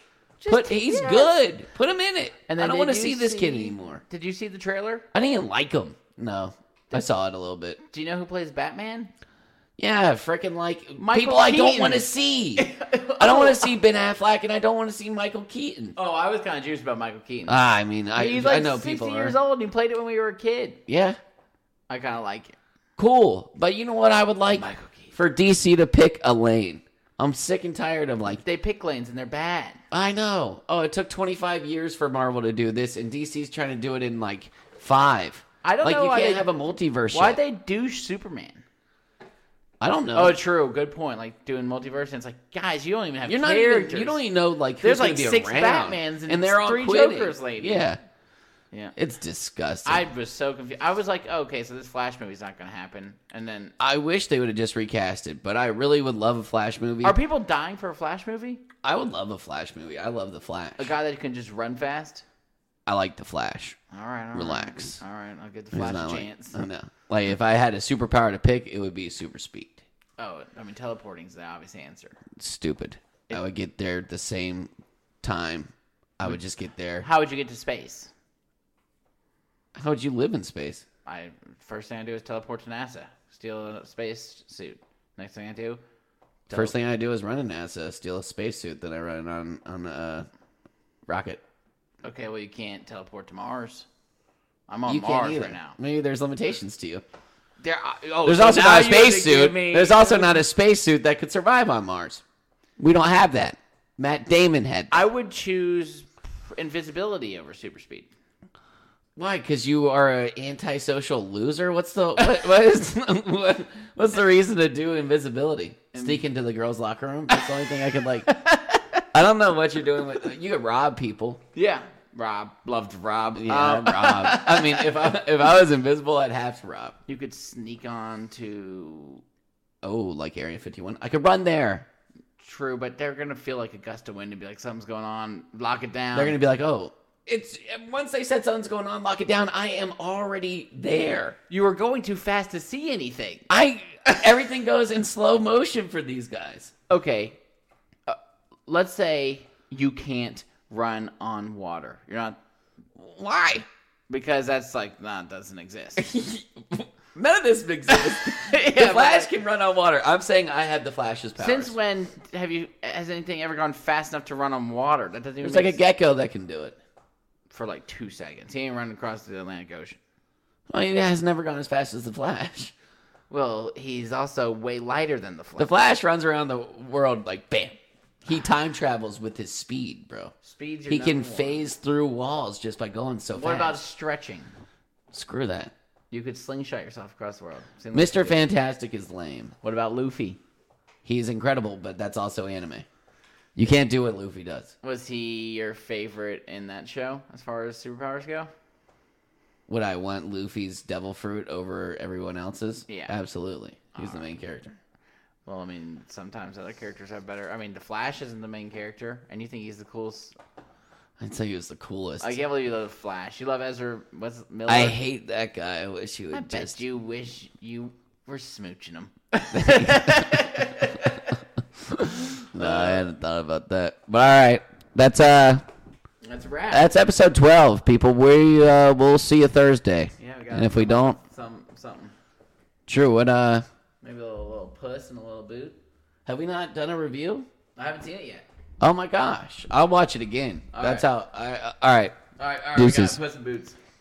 A: put he's
B: yeah.
A: good. Put him in it. And I don't
B: did
A: want to
B: you
A: see this kid anymore.
B: Did you see the trailer?
A: I didn't even like him. No, I saw it a little bit.
B: Do you know who plays Batman?
A: Yeah, freaking like
B: Michael
A: people I don't
B: Keaton.
A: want to see. I don't want to see Ben Affleck, and I don't want to see Michael Keaton.
B: Oh, I was kind of juiced about Michael Keaton.
A: Ah, I mean, I,
B: He's like
A: I know
B: 60
A: people
B: years
A: are.
B: old, and he played it when we were a kid.
A: Yeah,
B: I kind of like it.
A: cool. But you know what? I would like
B: Michael Keaton.
A: for DC to pick a lane. I'm sick and tired of like
B: They pick lanes, and they're bad.
A: I know. Oh, it took 25 years for Marvel to do this, and DC's trying to do it in like five.
B: I don't
A: like,
B: know
A: You
B: why
A: can't
B: they-
A: have a multiverse.
B: Why'd
A: yet.
B: they douche Superman?
A: I don't know.
B: Oh, true. Good point. Like doing multiverse, and it's like, guys, you don't even have
A: You're not
B: characters.
A: even. You don't even know like who's
B: There's,
A: gonna
B: like,
A: be
B: six
A: around.
B: Batmans and three Jokers, lady.
A: Yeah,
B: Yeah.
A: it's disgusting.
B: I
A: I,
B: was so confused. I was like, oh, okay, so this Flash movie's not gonna happen. And then,
A: wish they would have just recast it, but I really would love a Flash movie.
B: are people dying for a Flash movie?
A: I would love a Flash movie. I love the Flash.
B: A guy that can just run fast.
A: I like the Flash.
B: All right, all right.
A: Relax.
B: All right, I'll get the
A: It's
B: Flash
A: not
B: a
A: like-
B: chance.
A: I know. Like if I had a superpower to pick, it would be super speed.
B: oh, I mean, teleporting's the obvious answer.
A: stupid. I would get there at the same time. I would just get there.
B: How would you get to space?
A: How would you live in space?
B: I first thing I do is teleport to NASA, steal a space suit. Next thing I do,
A: First thing I do is run a NASA, steal a spacesuit, then I run it on on a rocket.
B: okay, well, you can't teleport to Mars. I'm on
A: You can't
B: Mars
A: either.
B: right now.
A: Maybe there's limitations to you.
B: There, are- oh,
A: There's
B: so
A: also
B: now
A: not a
B: you have to
A: spacesuit.
B: give me-
A: There's also not a spacesuit that could survive on Mars. We don't have that. Matt Damon had.
B: I would choose invisibility over super speed.
A: Why? Because you are an antisocial loser. What's the what, what is what, what's the reason to do invisibility? Sneak into the girls' locker room. That's the only thing I could like. I don't know what you're doing with. You could rob people.
B: Yeah, Rob loved Rob.
A: Yeah,
B: Um,
A: rob. I mean, if I if I was invisible, I'd have to rob.
B: you could sneak on to
A: Oh, like Area 51. I could run there.
B: True, but they're gonna feel like a gust of wind and be like, something's going on. Lock it down.
A: They're gonna be like, oh, it's once they said something's going on, lock it down. I am already there.
B: You were going too fast to see anything.
A: I everything goes in slow motion for these guys.
B: Okay, uh, let's say you can't run on water. You're not
A: Why?
B: because that's like that doesn't exist.
A: None of this exists.
B: Yeah,
A: the
B: but-
A: Flash can run on water. I'm saying I had the Flash's powers.
B: Since when have you has anything ever gone fast enough to run on water? That doesn't even
A: There's like a
B: make
A: gecko that can do it.
B: sense for like two seconds. He ain't running across the Atlantic Ocean.
A: I mean, it has never gone as fast as the Flash.
B: Well, he's also way lighter than the Flash.
A: The Flash runs around the world like bam. He time travels with his speed, bro.
B: Speed's your
A: He can
B: number one.
A: phase through walls just by going so
B: What about
A: fast.
B: stretching?
A: Screw that.
B: You could slingshot yourself across the world. Seems like
A: Mr. Fantastic is lame.
B: What about Luffy?
A: He's incredible, but that's also anime. You can't do what Luffy does.
B: Was he your favorite in that show as far as superpowers go?
A: Would I want Luffy's devil fruit over everyone else's?
B: Yeah. Uh-huh.
A: Absolutely. He's the main character.
B: Well, I mean, sometimes other characters have better. I mean, the Flash isn't the main character, and you think he's the coolest.
A: I'd say he was the coolest.
B: I can't believe you love the Flash. You love Ezra. What's Miller?
A: I hate that guy. I wish he would
B: I bet
A: just.
B: you wish you were smooching him.
A: No, I hadn't thought about that. But all right, that's uh,
B: That's a wrap.
A: that's episode twelve, people. We uh, we'll see you Thursday.
B: Yeah, we gotta
A: and if we
B: come
A: don't,
B: up with some something.
A: true. What uh,
B: Maybe a little, little puss and a little boot.
A: have we not done a review?
B: I haven't seen it yet.
A: Oh my gosh, I'll watch it again.
B: All
A: that's
B: right.
A: how. I, all right.
B: All right, all right. We got
A: Deuces.
B: puss and boots.